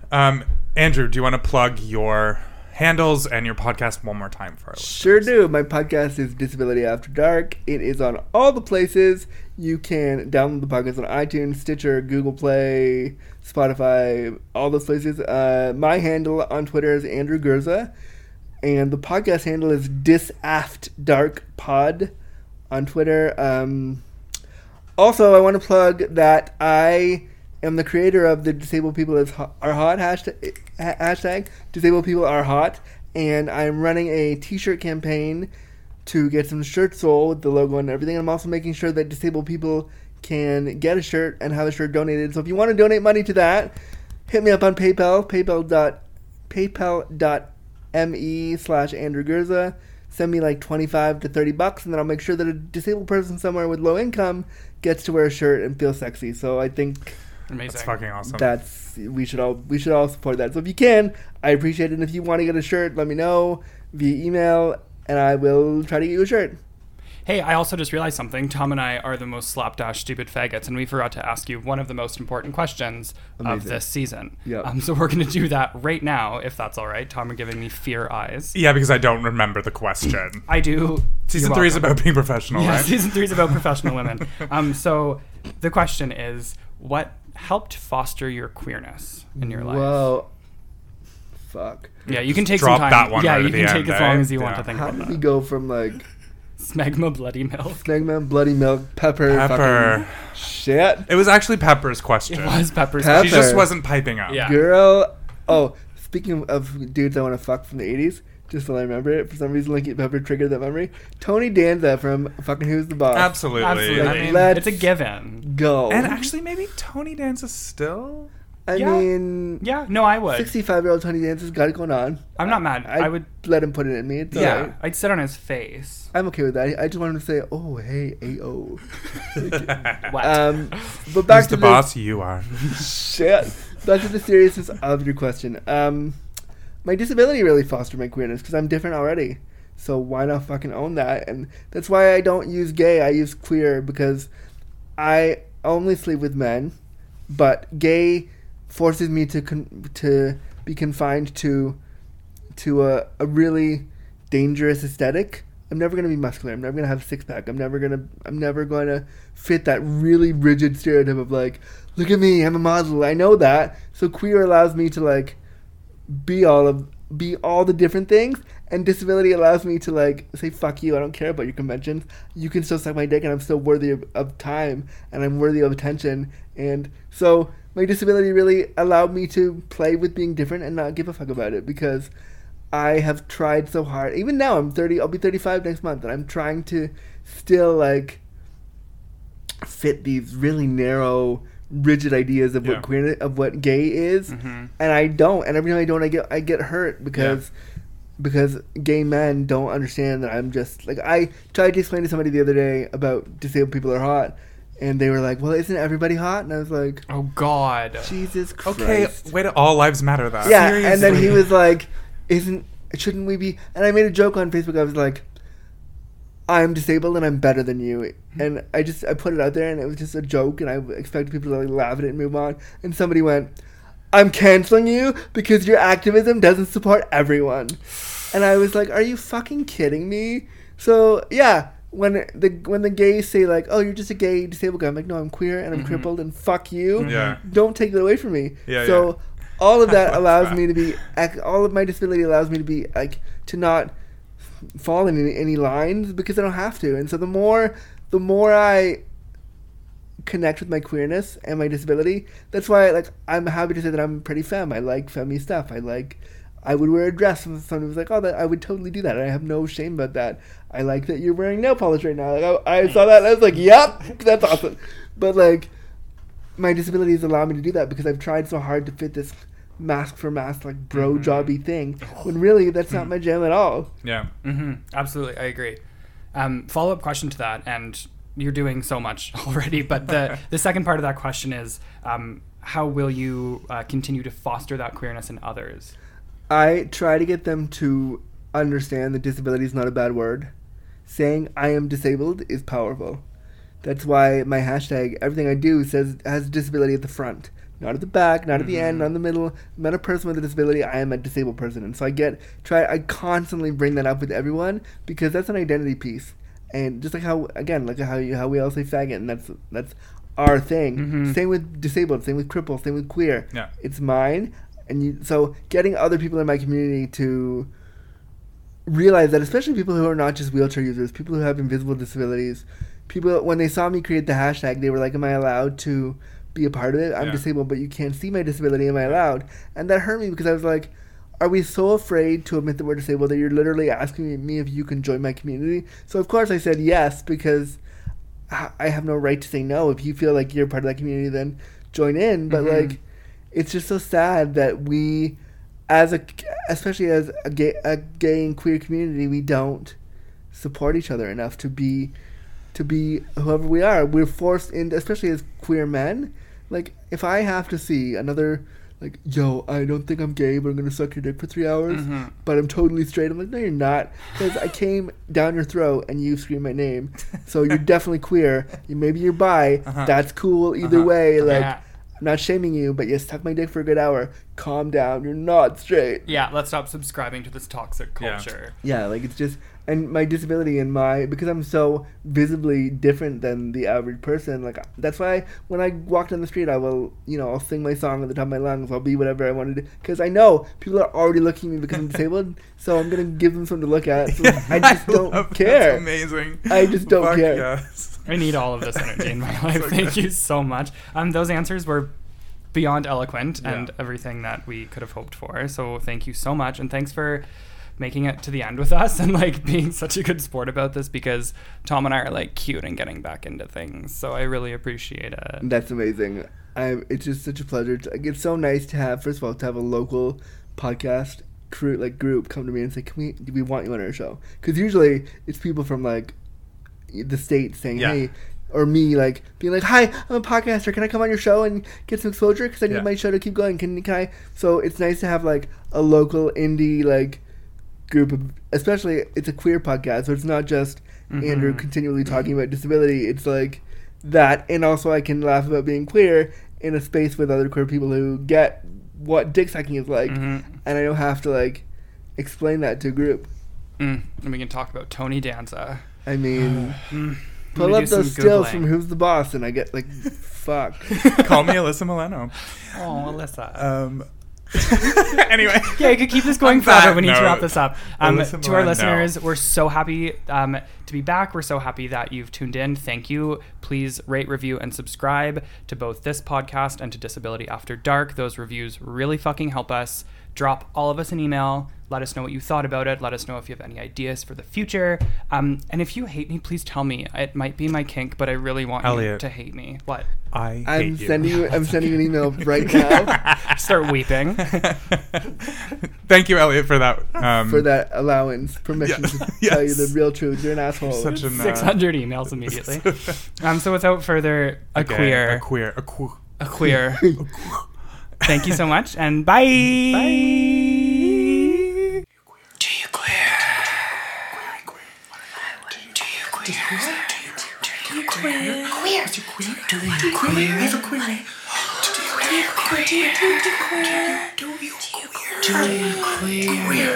[SPEAKER 2] Um, Andrew, do you want to plug your handles and your podcast one more time for us?
[SPEAKER 4] Sure do. My podcast is Disability After Dark. It is on all the places. You can download the podcast on iTunes, Stitcher, Google Play, Spotify, all those places. Uh, my handle on Twitter is Andrew Gerza, and the podcast handle is Disaft Dark Pod on Twitter. Um, also, I want to plug that I am the creator of the Disabled People is Ho- Are Hot hashtag, ha- hashtag. Disabled People Are Hot, and I'm running a T-shirt campaign to get some shirts sold with the logo and everything. I'm also making sure that disabled people can get a shirt and have a shirt donated. So if you want to donate money to that, hit me up on PayPal, PayPal dot PayPal dot me slash Andrew Gerza. Send me like 25 to 30 bucks, and then I'll make sure that a disabled person somewhere with low income gets to wear a shirt and feel sexy. So I think
[SPEAKER 1] Amazing.
[SPEAKER 2] That's fucking awesome.
[SPEAKER 4] that's we should all we should all support that. So if you can, I appreciate it. And if you want to get a shirt, let me know via email, and I will try to get you a shirt.
[SPEAKER 1] Hey, I also just realized something. Tom and I are the most slapdash, stupid faggots, and we forgot to ask you one of the most important questions of
[SPEAKER 4] Amazing.
[SPEAKER 1] this season.
[SPEAKER 4] Yep.
[SPEAKER 1] Um, so we're going to do that right now, if that's all right. Tom, are giving me fear eyes.
[SPEAKER 2] yeah, because I don't remember the question.
[SPEAKER 1] I do.
[SPEAKER 2] Season
[SPEAKER 1] You're
[SPEAKER 2] three is
[SPEAKER 1] welcome.
[SPEAKER 2] about being professional,
[SPEAKER 1] Yeah,
[SPEAKER 2] right?
[SPEAKER 1] season three is about professional women. Um, so the question is, what helped foster your queerness in your life?
[SPEAKER 4] Well, fuck.
[SPEAKER 1] Yeah, you can take
[SPEAKER 2] drop
[SPEAKER 1] some time.
[SPEAKER 2] that one
[SPEAKER 1] yeah,
[SPEAKER 2] right
[SPEAKER 1] you
[SPEAKER 2] at
[SPEAKER 1] can
[SPEAKER 2] the
[SPEAKER 1] take
[SPEAKER 2] end,
[SPEAKER 1] as long
[SPEAKER 2] eh?
[SPEAKER 1] as you want
[SPEAKER 2] Yeah.
[SPEAKER 1] to think
[SPEAKER 4] How
[SPEAKER 1] about
[SPEAKER 4] did
[SPEAKER 1] that.
[SPEAKER 4] we go from like
[SPEAKER 1] Smegma bloody milk.
[SPEAKER 4] Snegma, bloody milk, pepper,
[SPEAKER 2] Pepper.
[SPEAKER 4] fucking shit?
[SPEAKER 2] It was actually Pepper's question.
[SPEAKER 1] It was peppers.
[SPEAKER 4] Pep-
[SPEAKER 2] She just
[SPEAKER 4] Pepper.
[SPEAKER 2] wasn't piping up.
[SPEAKER 1] Yeah.
[SPEAKER 4] Girl. Oh, speaking of dudes I want to fuck from the 80s, just so I remember it, for some reason, Linkin Pepper triggered that memory. Tony Danza from fucking Who's the Boss.
[SPEAKER 2] Absolutely.
[SPEAKER 1] Absolutely.
[SPEAKER 2] I mean,
[SPEAKER 4] Let's-
[SPEAKER 1] it's a given.
[SPEAKER 4] Go.
[SPEAKER 2] and actually, maybe Tony dances still.
[SPEAKER 4] I
[SPEAKER 1] yeah.
[SPEAKER 4] mean,
[SPEAKER 1] Yeah, no, I would.
[SPEAKER 4] 65 year old Tony Danza's got it going on.
[SPEAKER 1] I'm not mad.
[SPEAKER 4] I'd
[SPEAKER 1] I would.
[SPEAKER 4] let him put it in me. It's
[SPEAKER 1] Yeah,
[SPEAKER 4] alright.
[SPEAKER 1] I'd sit on his face.
[SPEAKER 4] I'm okay with that. I just wanted to say, oh, hey, AO.
[SPEAKER 1] What?
[SPEAKER 4] Um, but back
[SPEAKER 2] Who's
[SPEAKER 4] to
[SPEAKER 2] the boss? You are.
[SPEAKER 4] Shit. Back to the seriousness of your question. Um, my disability really fostered my queerness because I'm different already. So why not fucking own that? And that's why I don't use gay. I use queer because I only sleep with men, but gay forces me to con- to be confined to to a, a really dangerous aesthetic. I'm never gonna be muscular. I'm never gonna have a six pack. I'm never gonna I'm never gonna fit that really rigid stereotype of like, look at me, I'm a model. I know that. So queer allows me to like be all of be all the different things and disability allows me to like say fuck you i don't care about your conventions you can still suck my dick and i'm still worthy of, of time and i'm worthy of attention and so my disability really allowed me to play with being different and not give a fuck about it because i have tried so hard even now i'm 30 i'll be 35 next month and i'm trying to still like fit these really narrow rigid ideas of
[SPEAKER 2] Yeah.
[SPEAKER 4] what queer of what gay is
[SPEAKER 1] Mhm.
[SPEAKER 4] and I don't. And every time I don't, I get I get hurt because because gay men don't understand that I'm just like I tried to explain to somebody the other day about disabled people are hot, and they were like, "Well, isn't everybody hot?" And I was like,
[SPEAKER 1] oh God.
[SPEAKER 4] "Jesus Christ."
[SPEAKER 2] Okay, wait. till All lives matter. That.
[SPEAKER 4] Yeah, and then he
[SPEAKER 2] Seriously.
[SPEAKER 4] was like, "Isn't shouldn't we be?" And I made a joke on Facebook. I was like, "I'm disabled and I'm better than you."
[SPEAKER 2] Hmm.
[SPEAKER 4] And I just I put it out there, and it was just a joke, and I expected people to like laugh at it and move on. And somebody went, "I'm canceling you because your activism doesn't support everyone." And I was like, "Are you fucking kidding me?" So yeah. When the when the gays say like, "Oh, you're just a gay disabled guy," I'm like, "No, I'm queer and I'm crippled and fuck you."
[SPEAKER 2] Mm-hmm. Yeah.
[SPEAKER 4] Don't take that away from me.
[SPEAKER 2] Yeah,
[SPEAKER 4] so
[SPEAKER 2] yeah.
[SPEAKER 4] all of that
[SPEAKER 2] What's
[SPEAKER 4] allows
[SPEAKER 2] that?
[SPEAKER 4] me to be ac- all of my disability allows me to be like to not fall in any, any lines because I don't have to. And so the more the more I connect with my queerness and my disability, that's why like I'm happy to say that I'm pretty femme. I like femmy stuff. I like I would wear a dress and somebody was like, "Oh, that I would totally do that." And I have no shame about that. I like that you're wearing nail polish right now. Like I, I saw that and I was like, "Yep, that's awesome." But like my disabilities allow me to do that because I've tried so hard to fit this mask for mask like bro jobby thing when really that's not my jam at all.
[SPEAKER 2] Yeah.
[SPEAKER 1] hmm Absolutely, I agree. Um, Follow up question to that, and you're doing so much already. But the the second part of that question is, um, how will you uh, continue to foster that queerness in others?
[SPEAKER 4] I try to get them to understand that disability is not a bad word. Saying I am disabled is powerful. That's why my hashtag everything I do says has disability at the front, not at the back, not at the end, not in the middle. I'm not a person with a disability. I am a disabled person, and so I get try. I constantly bring that up with everyone because that's an identity piece, and just like how again, like how you how we all say faggot, and that's that's our thing. Same with disabled, same with crippled, same with queer.
[SPEAKER 2] Yeah.
[SPEAKER 4] It's mine, and you, so getting other people in my community to realize that especially people who are not just wheelchair users, people who have invisible disabilities, people when they saw me create the hashtag, they were like, "Am I allowed to be a part of it? I'm
[SPEAKER 2] Yeah.
[SPEAKER 4] disabled, but you can't see my disability. Am I allowed?" And that hurt me because I was like, "Are we so afraid to admit that we're disabled that you're literally asking me if you can join my community?" So of course I said yes because I I have no right to say no. If you feel like you're part of that community, then join in. But like, it's just so sad that we, as a, especially as a gay, a gay and queer community, we don't support each other enough to be, to be whoever we are. We're forced in, especially as queer men. Like, if I have to see another, like, yo, I don't think I'm gay, but I'm gonna suck your dick for three hours, but I'm totally straight. I'm like, no, you're not, because I came down your throat and you screamed my name, so you're definitely queer. You, maybe you're bi. That's cool either way. Like,
[SPEAKER 1] Yeah.
[SPEAKER 4] I'm not shaming you, but you suck my dick for a good hour. Calm down. You're not straight.
[SPEAKER 1] Yeah, let's stop subscribing to this toxic culture.
[SPEAKER 4] Yeah, like it's just and my disability and my because I'm so visibly different than the average person. Like that's why when I walk down the street, I will you know I'll sing my song at the top of my lungs. I'll be whatever I want to do because I know people are already looking at me because I'm disabled. so I'm gonna give them something to look at. So I just don't
[SPEAKER 2] love- That's
[SPEAKER 4] care.
[SPEAKER 2] amazing.
[SPEAKER 4] I just don't
[SPEAKER 2] Fuck
[SPEAKER 4] care.
[SPEAKER 2] yes.
[SPEAKER 1] I need all of this energy in my life.
[SPEAKER 2] Okay.
[SPEAKER 1] Thank you so much. Um, those answers were beyond eloquent and
[SPEAKER 2] Yeah.
[SPEAKER 1] everything that we could have hoped for. So thank you so much, and thanks for making it to the end with us and like being such a good sport about this because Tom and I are like cute and getting back into things. So I really appreciate it.
[SPEAKER 4] That's amazing. I it's just such a pleasure. To, like, it's so nice to have first of all to have a local podcast crew like group come to me and say, "Can we? Do we want you on our show?" Because usually it's people from like the states saying,
[SPEAKER 2] Yeah.
[SPEAKER 4] "Hey." Or me, like being like, "Hi, I'm a podcaster. Can I come on your show and get some exposure? Because I need
[SPEAKER 2] Yeah.
[SPEAKER 4] my show to keep going. Can can I?" So it's nice to have like a local indie like group of especially it's a queer podcast so it's not just andrew
[SPEAKER 2] Mm-hmm.
[SPEAKER 4] continually talking about disability it's like that and also i can laugh about being queer in a space with other queer people who get what dick sucking is like
[SPEAKER 2] Mm-hmm.
[SPEAKER 1] Mm-hmm.
[SPEAKER 4] and i don't have to like explain that to a group
[SPEAKER 1] Mm. And we can talk about Tony Danza.
[SPEAKER 4] i mean
[SPEAKER 1] I'm
[SPEAKER 4] pull
[SPEAKER 1] gonna
[SPEAKER 4] up
[SPEAKER 1] do some
[SPEAKER 4] those stills
[SPEAKER 1] Googling.
[SPEAKER 4] from who's the boss and i get like fuck
[SPEAKER 2] Call me Alyssa Milano.
[SPEAKER 1] Oh, Alyssa.
[SPEAKER 2] Um, anyway.
[SPEAKER 1] yeah, you could keep this going
[SPEAKER 2] On that
[SPEAKER 1] forever. We need
[SPEAKER 2] note,
[SPEAKER 1] to wrap this up. Um,
[SPEAKER 2] Alyssa
[SPEAKER 1] to our
[SPEAKER 2] Milano.
[SPEAKER 1] listeners, we're so happy um, to be back. We're so happy that you've tuned in. Thank you. Please rate, review, and subscribe to both this podcast and to Disability After Dark. Those reviews really fucking help us. Drop all of us an email. Let us know what you thought about it. Let us know if you have any ideas for the future. Um, and if you hate me, please tell me. It might be my kink, but I really want you
[SPEAKER 2] Elliot.
[SPEAKER 1] to hate me. What?
[SPEAKER 2] I hate
[SPEAKER 4] i'm
[SPEAKER 2] you.
[SPEAKER 4] sending you i'm sending you an email right now
[SPEAKER 1] Start weeping.
[SPEAKER 2] Thank you, Elliot, for that. Um,
[SPEAKER 4] for that allowance permission
[SPEAKER 2] Yeah.
[SPEAKER 4] to
[SPEAKER 2] Yes.
[SPEAKER 4] tell you the real truth you're an asshole
[SPEAKER 2] Such an, uh,
[SPEAKER 1] 600 emails immediately. Um, so without further, a
[SPEAKER 2] okay,
[SPEAKER 1] queer,
[SPEAKER 2] A queer. A queer.
[SPEAKER 1] a queer. Thank you so much, and bye. Bye.
[SPEAKER 3] Do you queer? Do you queer? Do you queer? Do you queer? Do you queer? Do you queer? Do you queer? Do you queer? Do you queer? Do you queer? Do you queer?